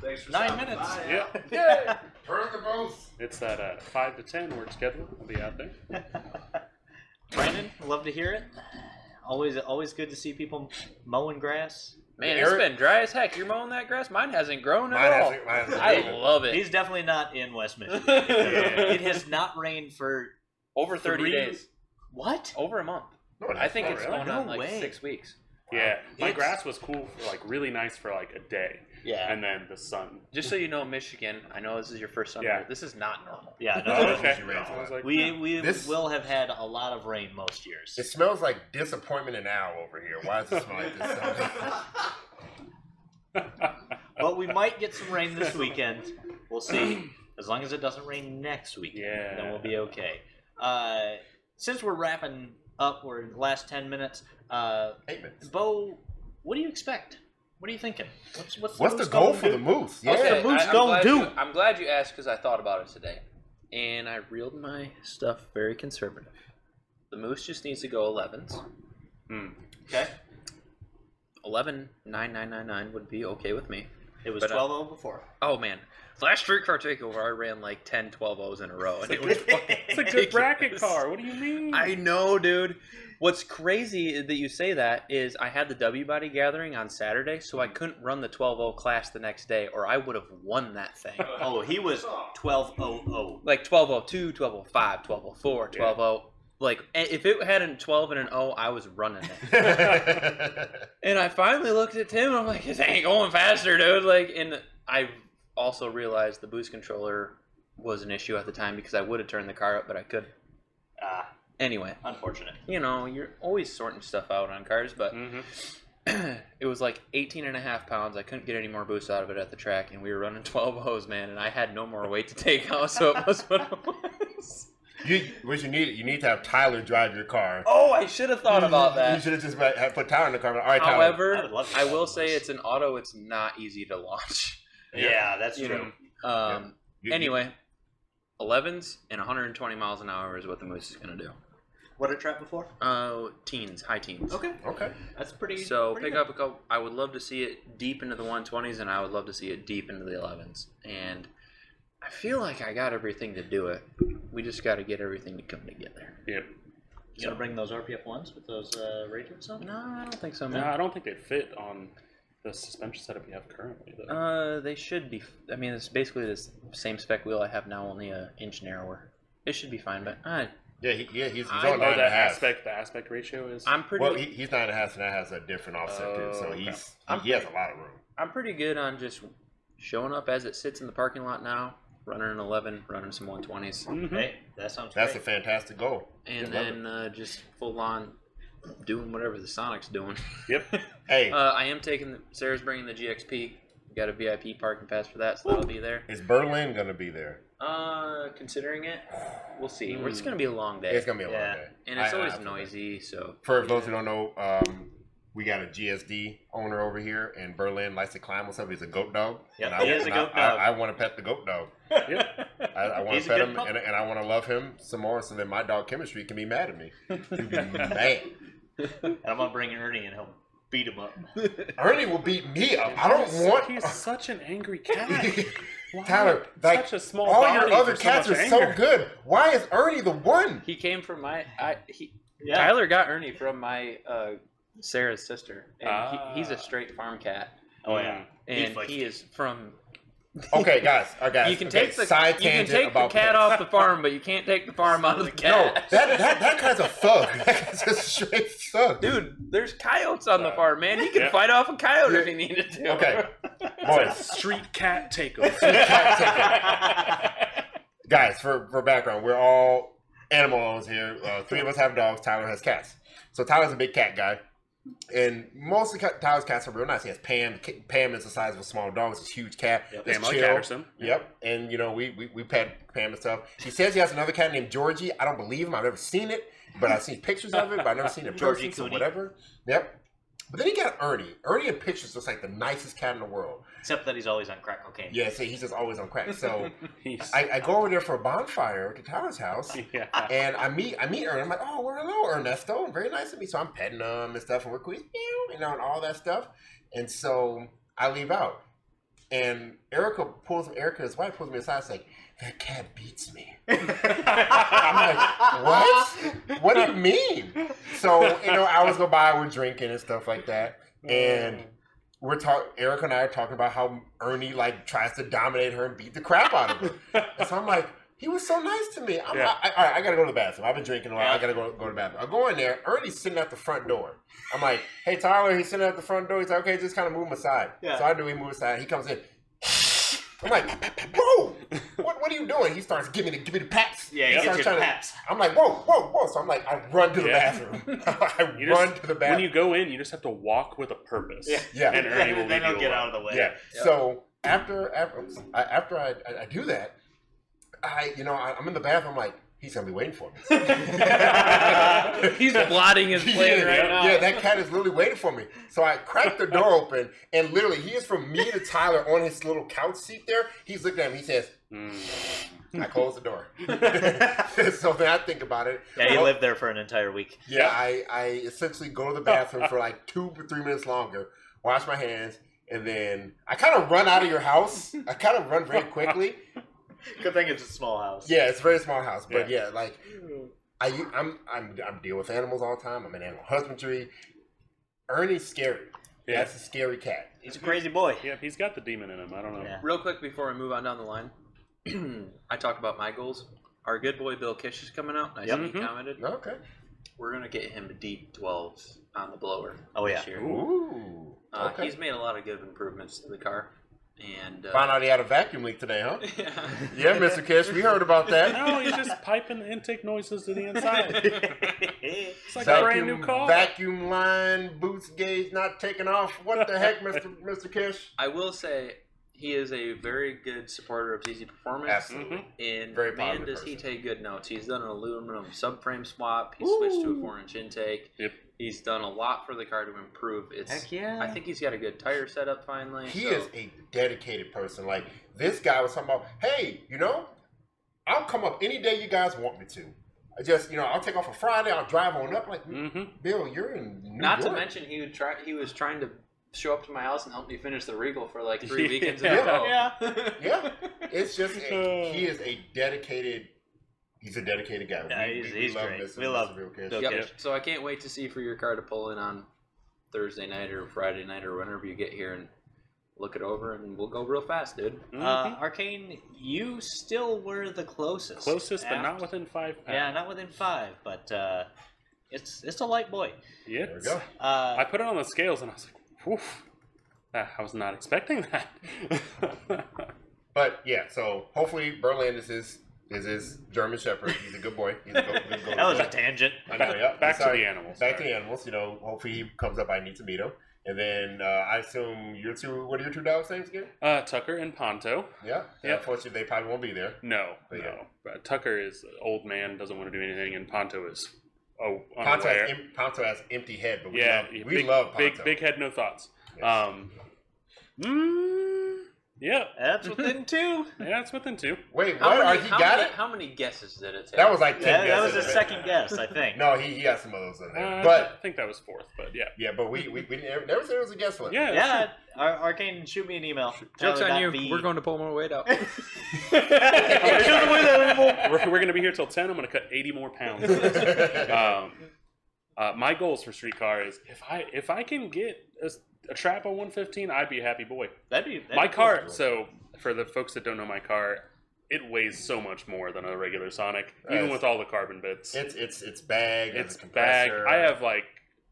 Thanks for
nine
stopping
minutes.
by.
Yeah.
[laughs]
Yeah.
Burn the both.
It's that uh, five to ten work schedule. I'll be out there.
Brandon, love to hear it. Always, always good to see people mowing grass.
Man,
Eric-
it's been dry as heck. You're mowing that grass? Mine hasn't grown
Mine
at all.
hasn't- mine hasn't
I
grown.
love it. [laughs]
He's definitely not in West Michigan. it has not rained for
Over 30
three-
days.
what?
Over a month.
No,
I think
Oh,
it's
really?
going
No
on like
way.
six weeks.
Yeah, my
It's-
grass was cool, for, like really nice for like a day,
Yeah.
and then
[laughs]
the sun.
Just so you know, Michigan, I know this is your first summer.
Yeah.
here, This is not normal.
yeah.
Oh,
No.
that's
[laughs] okay.
what you ran for.
I was like,
We
"Huh."
we
This-
will have had a lot of rain most years.
It smells like disappointment an owl over here. Why does it smell like [laughs] this?
but we might get some rain this weekend. We'll see. As long as it doesn't rain next week,
[laughs] Yeah.
then we'll be okay. Uh, since we're wrapping up, we're in the last ten minutes. Uh,
Eight minutes.
Bo, what do you expect? What are you thinking? What's what's,
What's the
what's
goal
going
for
to-
the moose? Yeah.
Okay. moose
I'm
gonna
glad
do?
you- I'm glad you asked because I thought about it today, and I reeled my stuff very conservative. The moose just needs to go 11s.
Hmm.
Okay,
11 9999 would be okay with me.
it was
But, uh,
twelve zero before.
Oh man, last streetcar takeover, I ran like 10, 12 O's in a row, and it was fucking.
It's a good bracket car. What do you mean?
I know, dude. What's crazy that you say that is I had the W body gathering on Saturday, so I couldn't run the 12 class the next day, or I would have won that
[laughs]
thing.
Oh, he was twelve oh oh.
like 1202, 1205, 1204, 120. Like a- if it had a 12 and an O, I was running it. and I finally looked at Tim and I'm like, this ain't going faster, dude. Like, and I also realized the boost controller was an issue at the time because I would have turned the car up, but I could.
Ah,
Anyway,
unfortunate.
you know, you're always sorting stuff out on cars, but
Mhm.
[clears throat] it was like 18 and a half pounds. I couldn't get any more boost out of it at the track, and we were running [laughs] 12 O's, man, and I had no more weight to take out, so it was what it was.
[laughs] you, what you need, you need to have Tyler drive your car.
[laughs] Oh, I should have thought about
You
that.
should have just put- have put Tyler in the car. All right, Tyler.
I
[laughs] However,
would love to
I
have
will
one of
say
those.
it's an auto. It's not easy to launch.
Yeah, that's
You
true.
know. Um,
You- you-
Anyway, 11s and 120 miles an hour is what the moose is going to do.
What a trap before.
Uh, teens, high teens.
Oh, Okay,
Okay.
that's pretty.
So
pretty
pick
good.
up a couple. I would love to see it deep into the 120s, and I would love to see it deep into the 11s. And I feel like I got everything to do it. We just got to get everything to come together.
Yep.
You gonna bring those RPF ones with those uh, radios on?
No, I don't think so, man.
No, I don't think they fit on the suspension setup you have currently. Though.
Uh, they should be. I mean, it's basically the s- same spec wheel I have now, only a inch narrower. It should be fine, but I,
Yeah, he, yeah, he's, he's
I
on
oh,
nine and
the
a half.
aspect, the aspect ratio is.
I'm pretty.
Well, he, he's nine and a half, and that has a different offset
Oh,
too. So
okay.
he's
I'm
he has a lot of room.
I'm pretty good on just showing up as it sits in the parking lot now, running an 11, running some 120s,
Mhm.
Hey, that sounds
That's a
great.
fantastic goal.
and
Yeah, love
then uh, just full on doing whatever the Sonic's doing.
Yep.
Hey,
Uh, I am taking the, Sarah's bringing the GXP. We got a VIP parking pass for that, so that'll be there.
is Berlin gonna be there?
Uh, considering it, we'll see.
Hmm.
It's gonna be a long day,
It's gonna be a
Yeah.
long day,
and it's
I- I
always
have to-
noisy, so
For those who don't know, um, we got a GSD owner over here, and Berlin likes to climb on something. He's a goat dog.
Yep,
and
he is a
and
goat
I,
dog.
I, want to pet the goat dog. I, I want
He's
to
a
pet
good
him,
pup.
and, and I want to love him some more. So then my dog chemistry can be mad at me. He'd be mad.
And I'm gonna bring Ernie and he'll beat him up.
Ernie will beat me up. I don't
He's-
want.
He's such an angry cat.
[laughs]
Why?
Tyler, like,
such a small
All
body
your other
for
cats
Oh, so much
are so
anger.
good. Why is Ernie the one?
He came from my. I, he,
Yeah.
Tyler got Ernie from my uh, Sarah's sister, and
Ah.
he, he's a straight farm cat,
Oh yeah. He's
and he
feisty.
is from.
Okay, guys, uh, guys.
you can
okay,
take the
side
you can
tangent
take the
about
cat
pets.
off the farm, but you can't take the farm out of the
[laughs] No,
cat.
that that that guy's a thug. [laughs] That guy's a straight thug.
Dude, there's coyotes on the
Uh,
farm, man. He could
yeah.
fight off a coyote if he needed to.
Okay, boys,
[laughs] Street cat takeover.
[laughs]
guys. For for background, we're all animal owners here. Uh, three of us have dogs. Tyler has cats. So Tyler's a big cat guy, and most of Ky- Tyler's cats are real nice. He has Pam. K- Pam is the size of a small dog. It's a huge cat.
Yep.
It's
Pamela
chill.
Catterson.
Yep, and you know we, we we pet Pam and stuff. He says he has another cat named Georgie. I don't believe him. I've never seen it, but I've seen pictures of it. But I've never seen it.
Georgie
Georgie, so
Cooney.
whatever. Yep. But then he got Ernie. Ernie in pictures looks like the nicest cat in the world.
Except that he's always on crack cocaine.
Yeah, [laughs] see, he's just always on crack. So
He's,
I, I go over there for a bonfire to Tyler's house,
yeah.
and I meet I meet Ernie. I'm like, oh, well, hello, Ernesto. Very nice to meet. you." So I'm petting him and stuff, and we're quiz, you know, and all that stuff. And so I leave out, and Erica pulls Erica, his wife, pulls me aside. It's like that cat beats me. I'm like, what? What do you mean? So you know, hours go by. We're drinking and stuff like that, and.
Mm.
We're talking. Erica and I are talking about how Ernie like tries to dominate her and beat the crap out of her.
[laughs]
And so I'm like, he was so nice to me. I'm
Yeah.
not- I, all right, I gotta go to the bathroom. I've been drinking a lot. I gotta go go to the bathroom. I go in there. Ernie's sitting at the front door. I'm like, hey Tyler, he's sitting at the front door. He's like, okay, just kind of move him aside.
Yeah.
So I do. He moves aside. He comes in. I'm like, bro, what what are you doing? He starts giving me the give me the pats.
Yeah,
He
he
starts
gets your
trying to-
paps.
I'm like, whoa, whoa, whoa. So I'm like, I run to the
Yeah.
bathroom. [laughs] I
You just-
run to the bathroom.
when you go in, you just have to walk with a purpose. [laughs]
Yeah.
yeah.
And Ernie will
[laughs] then
leave
he'll
you
get
alone.
out of the way.
Yeah.
Yeah.
So after after I, after I, I, I do that, I you know I, I'm in the bathroom. I'm like he's gonna be waiting for me.
[laughs] He's blotting
[laughs]
his plan right
yeah,
now.
yeah, that cat is literally waiting for me. So I crack the door open, and literally he is from me to Tyler on his little couch seat there. He's looking at me. He says, [laughs]
Mm.
"I close the door." [laughs] so then I think about it.
Yeah, he
Well,
lived there for an entire week.
Yeah, I, I essentially go to the bathroom for like two or three minutes longer, wash my hands, and then I kind of run out of your house. I kind of run very
[laughs]
quickly.
Good thing it's a small house.
Yeah, it's a very small house, but yeah, like I, I'm, I'm, I'm deal with animals all the time. I'm in animal husbandry. Ernie's scary.
Yeah.
That's a scary cat.
He's a crazy boy.
Yep, he's got the demon in him. I don't know.
Yeah.
Real quick before we move on down the line, [clears throat] I talked about my goals. Our good boy Bill Kish is coming out. I see
Yep.
Mm-hmm.
he commented.
Okay.
We're gonna get him deep twelves on the blower.
Oh, [laughs] yeah.
this year.
Ooh.
Uh,
okay.
He's made a lot of good improvements to the car, and uh,
Found out he had a vacuum leak today, huh?
[laughs] yeah.
[laughs] Yeah, Mr. Kish, we heard about [laughs] that.
No, he's just piping the intake noises to the
[laughs]
inside.
[laughs]
It's like a brand new car.
vacuum line, boots gauge not taking off. What the heck, [laughs] Mr. Mr. Kish?
I will say he is a very good supporter of ZZ
Mm-hmm.
Performance.
Absolutely.
And
Very
man,
positive
does he
person.
take good notes. He's done an aluminum subframe swap. He switched to a four-inch intake.
Yep.
He's done a lot for the car to improve. It's.
Heck yeah.
I think he's got a good tire setup finally.
He
so-
is a dedicated person. Like this guy was talking about, hey, you know, I'll come up any day you guys want me to. I just, you know, I'll take off a Friday. I'll drive on up. Like,
Mm-hmm. [laughs]
Bill, you're in New
Not to
York.
mention he would try. He was trying to show up to my house and help me finish the Regal for
[laughs]
like three weekends in a
Yeah.
row.
yeah.
[laughs] yeah, it's just
Uh.
a, he is a dedicated. He's a dedicated guy.
Yeah, he's- he's great.
Mr.
We love
Real Kish.
Bill
Yep.
Yep.
So I can't wait to see for your car to pull in on Thursday night or Friday night or whenever you get here and look it over, and we'll go real fast, dude.
Uh, Arcane, you still were the closest.
Closest, but not
Aft-
within five
Yeah,
pounds.
not within five, but uh, it's it's a light boy.
Yeah,
There we go.
Uh,
I put it on the scales and I was like, woof. Uh, I was not expecting that.
But yeah, so hopefully Berlin is his is his German Shepherd. He's a good boy. He's a good, good,
[laughs]
good
that was
boy.
a tangent.
[laughs] I know, yeah.
Back
Sorry.
to the animals.
Back to the animals. You know, hopefully he comes up. I need to meet him. And then uh, I assume your two. What are your two dogs' names again?
Uh, Tucker and Ponto.
Yeah.
Yeah.
Unfortunately, they probably won't be there.
No,
But
no. Uh, Tucker is old man, doesn't want to do anything, and Ponto is oh,
Ponto
unaware.
has, em- Ponto has empty head, but we
yeah,
love,
yeah,
we
big,
love Ponto.
big, big head, no thoughts.
Yes.
Um, mm, yeah,
That's within two.
yeah, that's within two.
Wait,
How
what?
many,
Are- he
how
got
many-
it?
How many guesses did it take?
That was like
That,
ten.
that was
guesses,
his
right?
second guess, I think.
No, he, he got some of those in there,
Uh,
but
I think that was fourth, but yeah,
yeah, but we we, we didn't, never said it was a guess one.
yeah, that's
Yeah, Ar- Arcane, shoot me an email.
Joke's on you.
Tyler.b.
We're going to pull more
[laughs]
weight out.
Doesn't weigh that anymore.
true. we're, we're gonna be here till ten. I'm gonna cut eighty
[laughs]
more pounds. um, uh, my goals for streetcar is if I if I can get a, a trap on 115, I'd be a happy boy.
[laughs] That'd be that'd
my
be
car. So for the folks that don't know my car, it weighs so much more than a regular Sonic, even
Yes.
with all the carbon
[laughs]
bits.
it's it's it's bag.
it's
a
bag.
compressor.
I have like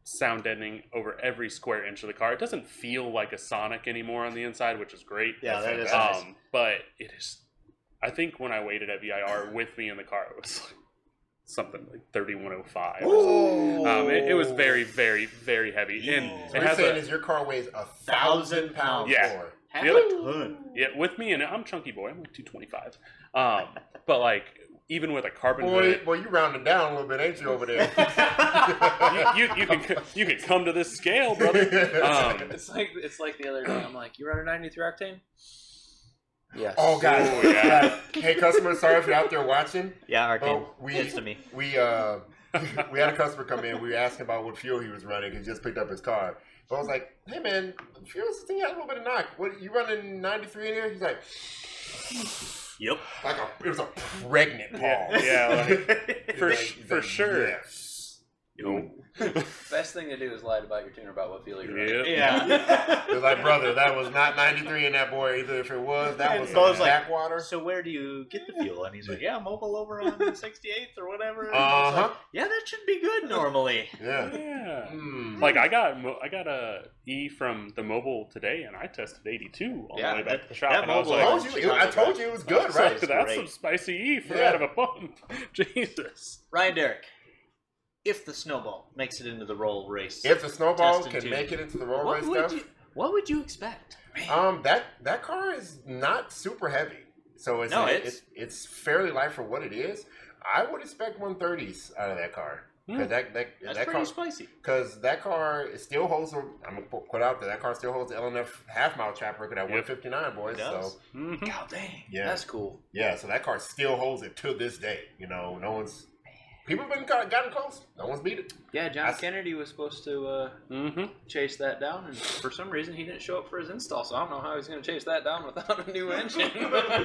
sound deadening over every square inch of the car. It doesn't feel like a Sonic anymore on the inside, which is great.
Yeah, that is nice.
Um, but it is. I think when I waited at VIR with me in the car, it was like something like 3105. [laughs]
Ooh.
Um, it, it was very, very, very heavy, and
Yeah.
So
it
you're
has
saying
a
is your car weighs a thousand pounds
Yeah.
more?
the other-
Ton.
Yeah, with me and I'm chunky boy. I'm like 225. Um, but like even with a carbon
Boy,
bit,
boy, you rounded down a little bit, ain't you over there? [laughs]
[laughs] you, you, you can you can come to this scale, brother.
[laughs]
[laughs]
Um,
it's like it's like the other day. I'm like, you run a 93 octane? Yes.
oh guys,
Ooh, yeah.
guys, hey customers, sorry if you're out there watching.
yeah, Arcane.
Oh, we-
It's to me.
We uh, [laughs] we had a customer come in. We were asking about what fuel he was running. He just picked up his car. So I was like, "Hey man, fuel's thing had a little bit of knock. What you running 93 in here?" He's like,
Yep.
"Like a it was a pregnant pause."
Yeah, yeah,
[laughs] He's
for
like-
sh-
he's
for
like,
sure.
"Yes."
Best thing to do is lie about your tuner about what fuel you're running.
Yep.
yeah.
It was like, brother, that was not 93 in that boy either. If it was, that was
So I
some
was like- [laughs]
backwater.
So where do you get the fuel? And he's like, yeah, mobile over on 68th or whatever. And I
Uh
was like,
huh.
yeah, that should be good normally.
Yeah.
Yeah.
Hmm.
Like I got mo- I got a E from the mobile today, and I tested 82 on
Yeah,
the way back to
that-
the shop,
that
and I was
mobile-
I
like,
told you, I told you it was good,
[laughs]
So [laughs]
right?
it's
that's
great.
some spicy E for
Yeah.
out of a bump. [laughs] Jesus.
Ryan Derrick, if the snowball makes it into the roll race,
If the snowball
Tested
can
too.
make it into the road
what
race
would
stuff,
you what would you expect?
um, that that car is not super heavy, so it's
No,
it's,
it's-
it's fairly light for what it is. I would expect 130s out of that car because
Hmm.
that that
That's
that
pretty
car
spicy.
because that car it still holds. i am I'm gonna put out there that car still holds the LNF half mile trap record at
Yep.
159, boys.
It does.
So
Mhm.
God dang.
Yeah.
That's cool.
yeah, so that car still holds it to this day. You know, no one's people have been got- gotten close. No one's beat it.
Yeah, John
That's-
Kennedy was supposed to uh,
Mhm.
chase that down, and for some reason he didn't show up for his install, so I don't know how he's going to chase that down without a [laughs] new engine.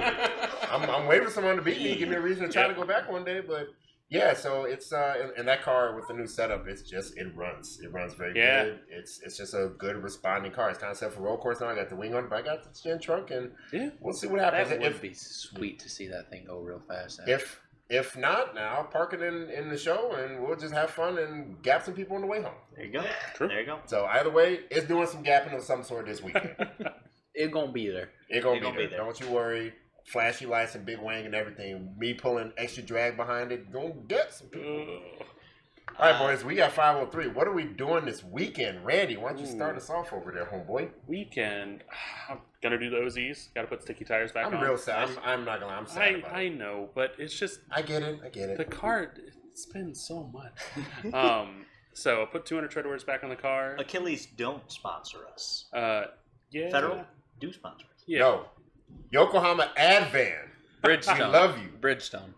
I'm, I'm waiting for someone to beat me, give me a reason to try to go back one day. But yeah, so it's uh, and, and that car with the new setup, it's just it runs, it runs very
Yeah.
good. It's it's just a good responding car. It's kind of set for road course now. I got the wing on, it, but I got the chin trunk, and
Yeah.
we'll see what
[laughs] that
happens.
would
if
be sweet to see that thing go real fast.
if if not, now I'll park it in in the show, and we'll just have fun and gap some people on the way home.
There you go.
True.
There you go.
So either way, it's doing some gapping of some sort this weekend.
it's going to be there.
It gonna,
It
be,
gonna
there.
be there.
Don't you worry. Flashy lights and big wing and everything. Me pulling extra drag behind it. Gonna get some people.
Ugh.
All right,
Uh,
Uh,
boys. We got 503. What are we doing this weekend, Randy? Why don't you start
Ooh.
us off over there, homeboy?
weekend. [sighs] I'm gonna do the OZs. Got to put sticky tires back
I'm
on.
real sad. I'm, I'm not gonna. lie. I'm sad
I,
about
I
it.
know, but it's just
I get it. I get
the
it.
car. It spins so much. [laughs] um, so I put 200 treadwears back on the car.
Achilles don't sponsor us.
Uh, yeah.
Federal do sponsor us.
Yeah.
No, Yokohama Advan. We [laughs]
Bridgestone.
love you.
Bridgestone.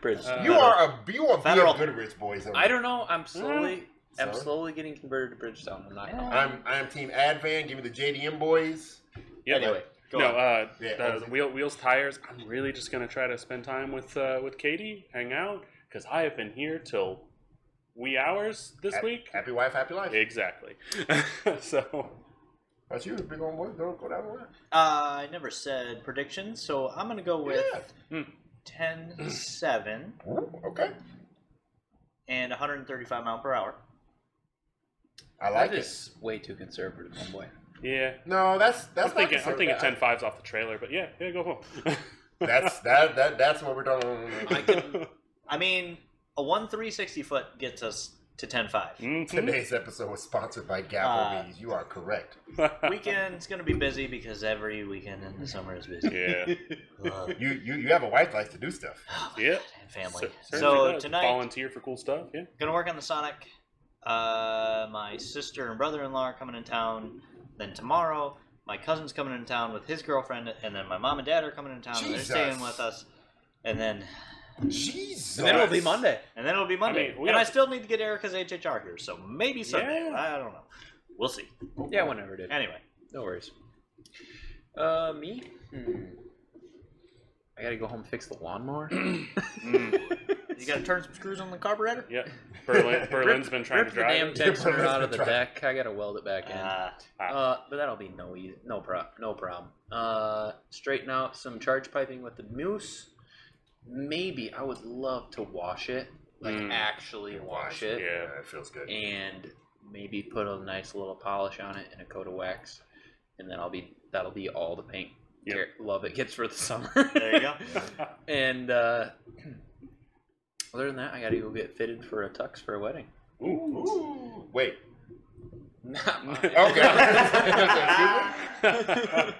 Bridgestone.
Uh,
You are a you are
Federal.
being good rich boys.
I don't know. I'm
Mm.
slowly, I'm
Sorry.
slowly getting converted to Bridgestone. I'm not. Gonna
I'm I'm team Advan. Give me the JDM boys.
Yeah.
Anyway,
Go
no,
on.
uh,
Yeah, oh,
the
OZ.
wheel, wheels, tires. I'm really just gonna try to spend time with uh, with Katie, hang out, because I have been here till wee hours this
At-
week.
Happy wife, happy life.
Exactly. [laughs] so
That's you, big old boy. Go go down the line.
Uh, I never said predictions, so I'm gonna go with
Yeah.
Hmm.
10, 7,
Ooh, okay.
and 135 mile per hour.
I like
that
it.
is way too conservative, my boy.
yeah.
No, that's that's
I'm
not
thinking, I'm
considered
thinking
bad.
10 fives off the trailer, but yeah, yeah, go home.
That's that
[laughs]
that that's what we're doing.
I can,
I mean, a one 360 foot gets us to
[laughs]
10.5.
Mhm.
Today's episode was sponsored by Gapplebee's. you are correct.
Weekend's going to be busy because every weekend in the summer is busy.
[laughs]
yeah.
Ugh.
You you you have a wife likes to do stuff.
Yeah.
and family.
Cer-
So,
certainly does.
tonight,
volunteer for cool stuff. Yeah.
gonna work on the Sonic. Uh, my sister and brother-in-law are coming in town. Then tomorrow, my cousin's coming in town with his girlfriend, and then my mom and dad are coming in town. And they're
Jesus.
staying with us. And then,
Jesus.
And then it'll be Monday.
and then it'll be Monday.
mean, we
and
have-
I still need to get Erica's HHR here, so maybe Sunday.
Yeah.
I don't know. We'll see.
Yeah, whenever it is.
Anyway,
No worries. Uh, me? Hmm. I gotta go home and fix the lawnmower.
you gotta turn some screws on the carburetor.
Yeah.
[laughs]
Berlin, Berlin's been trying
Rip
to
the
drive.
damn
it.
tensioner out of the
Trying to-
deck. I gotta weld it back in.
Uh,
Uh, but that'll be no easy, no problem, no problem. Uh, straighten out some charge piping with the moose. Maybe I would love to wash it, like
Mm.
actually wash it,
Yeah.
it feels good.
Mm. and maybe put a nice little polish on it and a coat of wax, and then I'll be that'll be all the paint.
Yep.
Care- Love it gets for the summer.
there
[laughs]
you go.
[laughs] And uh, [clears throat] other than that, I gotta go get fitted for a tux for a wedding.
Ooh. Ooh. Wait.
[laughs] Not mine.
Okay.
[laughs]
[laughs]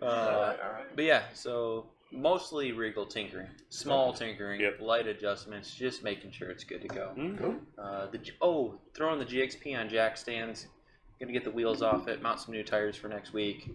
Uh, But yeah, so mostly regal tinkering, small tinkering,
Yep.
light adjustments, just making sure it's good to go.
Mm.
Uh, the G- oh, throwing the GXP on jack stands. Gonna get the wheels off it, mount some new tires for next week,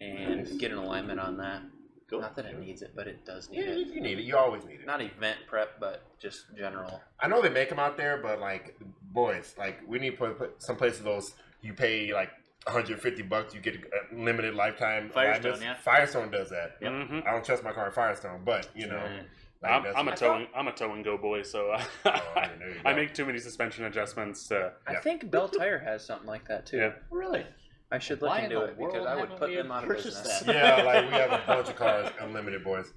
and
Nice.
get an alignment on that.
Cool.
Not that it needs it, but it does need
Yeah, you,
it.
you need it. You always need it.
Not event prep, but just general.
I know they make them out there, but like, boys, like we need to put, put some places those you pay like 150 bucks, you get a limited lifetime.
Firestone,
alignments.
yeah.
Firestone does that.
Yep.
Mhm.
I don't trust my car in Firestone, but you know,
Mm.
like,
I'm,
that's-
I'm a
I
[laughs] tow and, I'm a tow and go boy, so [laughs] I,
Oh, there you go.
I make too many suspension adjustments. Uh,
Yeah.
I think Bell Tire has something like that too.
Yeah.
Really?
I should look
Why in
into
the
it because
world
I would
haven't
put
we
them out of
purchased
business.
that?
[laughs] yeah, like we have a bunch of cars, unlimited boys.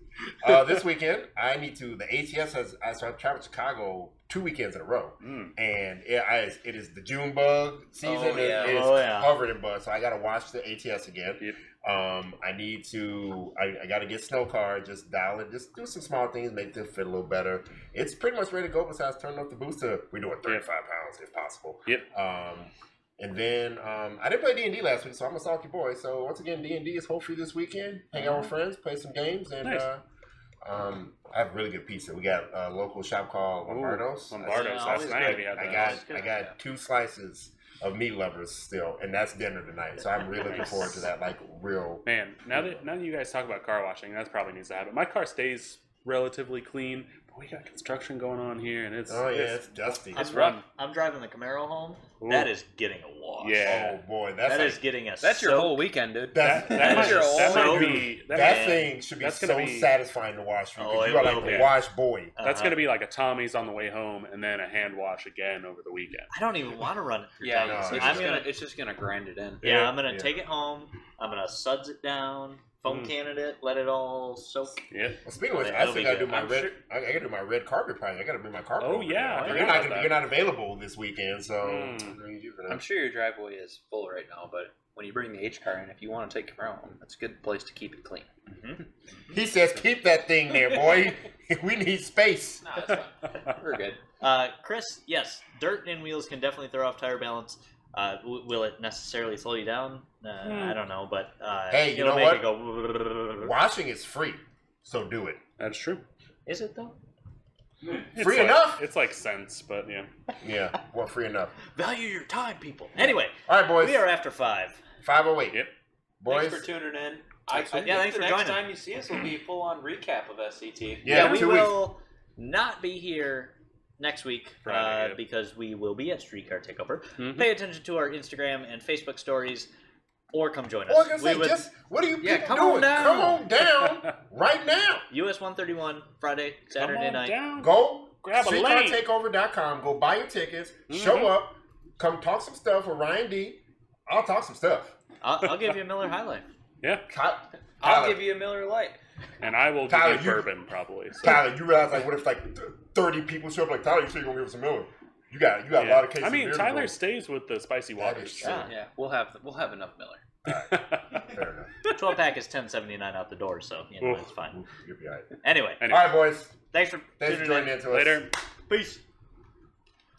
Uh, this weekend, I need to. The ATS has. I so I've traveled to Chicago two weekends in a row,
mm.
and it, I, it is the June bug season.
Oh, yeah.
It is
Oh, yeah.
covered in bugs, so I got to watch the ATS again.
Yep.
Um, I need to. I, I got to get snow car, just dial it, just do some small things, make them fit a little better. It's pretty much ready to go. Besides turning up the booster, we're doing thirty-five pounds if possible.
Yep.
Um, and then um, I didn't play D and D last week, so I'm a salty boy. So once again, D and D is hopefully this weekend. Hang out with friends, play some games, and.
Mm-hmm. Nice.
Uh, um, I have really good pizza. We got a local shop called
Ooh,
Lombardo's.
Lombardo's.
Yeah,
Last
always
night
good.
we had
I
that.
got
That's good.
I got two slices of meat lovers still, and that's dinner tonight. So I'm really looking
Nice.
forward to that. Like real.
Man, now that now that you guys talk about car washing, that's probably needs to happen. My car stays relatively clean, but we got construction going on here, and it's
Oh yeah,
it's-
it's dusty.
I'm,
It's
dri-
rough.
I'm driving the Camaro home.
Ooh.
That is getting a wash.
Yeah.
Oh boy, that's
That
like,
is getting a
That's your
soak.
whole weekend, dude.
that's,
that, that,
That's
might,
your
that
old-
might be that
that
might-
thing should be
That's
so
gonna be-
satisfying to wash you
Oh,
because
it
you are
will
like
be.
a wash boy.
That's
Uh-huh.
gonna be like a Tommy's on the way home, and then a hand wash again over the weekend.
I don't even want to run it. through
Yeah,
No,
Domino's.
it's,
I'm
it's just
gonna-
gonna, it's just gonna grind it in.
Yeah,
Yeah,
I'm gonna
yeah.
take it home. I'm gonna suds it down, foam
Mm.
can it, in, let it all soak.
Yeah.
Well, speaking of which,
Yeah,
I
that'll
still
be
gotta
good.
do my
I'm
red.
sure-
I, I gotta do my red carpet project. I gotta bring my carpet.
Oh,
over there.
yeah, I
you're
forgot
not
about
gonna-
that.
you're not available this weekend, so.
I'm sure your driveway is full right now, but when you bring the H car in, if you want to take it around, that's a good place to keep it clean.
He says, "Keep that thing there, boy. [laughs] we need space."
No, it's fine. [laughs] We're good.
Uh, Chris, yes, dirt and wheels can definitely throw off tire balance. Uh, w- will it necessarily slow you down? Uh, I don't know, but uh,
Hey, you
it'll
know
make
what?
it go. [laughs]
Washing is free, so do it.
That's true.
Is it though?
It's
Free
like-
enough?
It's like cents, but yeah.
Yeah, well, free enough.
Value your time, people. Anyway,
All right, boys.
we are after five.
Five oh eight.
Yep.
Boys.
Thanks for tuning in. I, I think
Yeah, thanks
the
for
next
joining.
time you see us will be full on recap of SCT.
Yeah,
we
two
will not be here next week
Friday,
uh,
yep.
because we will be at Streetcar Takeover.
Mhm.
Pay attention to our Instagram and Facebook stories, or come join us.
Well, I was gonna
We
say,
would-
just what are you
Yeah,
people
come on
doing?
down.
Come on down right now.
US 131 Friday,
Come
Saturday
on
night.
down.
Go
Grab a lane. Mm-hmm.
streetcartakeover.com. Go buy your tickets. Show up. Come talk some stuff with Ryan D. I'll talk some stuff.
I'll, I'll give you a Miller High Life.
Yeah.
Ty-
I'll
Tyler,
give you a Miller Light.
And I will
Tyler,
give you
you-
bourbon probably. So.
Tyler, you realize like what if like th- thirty people show up? Like Tyler, you sure you're gonna give us a million? You got you got a
Yeah.
lot of cases.
I
of
mean,
beer to
Tyler
go.
stays with the spicy
That
waters.
is
so-
true.
Yeah, we'll have we'll have enough Miller.
Fair enough.
12 pack is 1079 out the door, so you know,
Oof.
it's fine.
You'll be all right.
Anyway,
Anyway.
All right, boys.
thanks for,
Thanks for [laughs]
tuning in.
joining in to us.
Later.
Peace.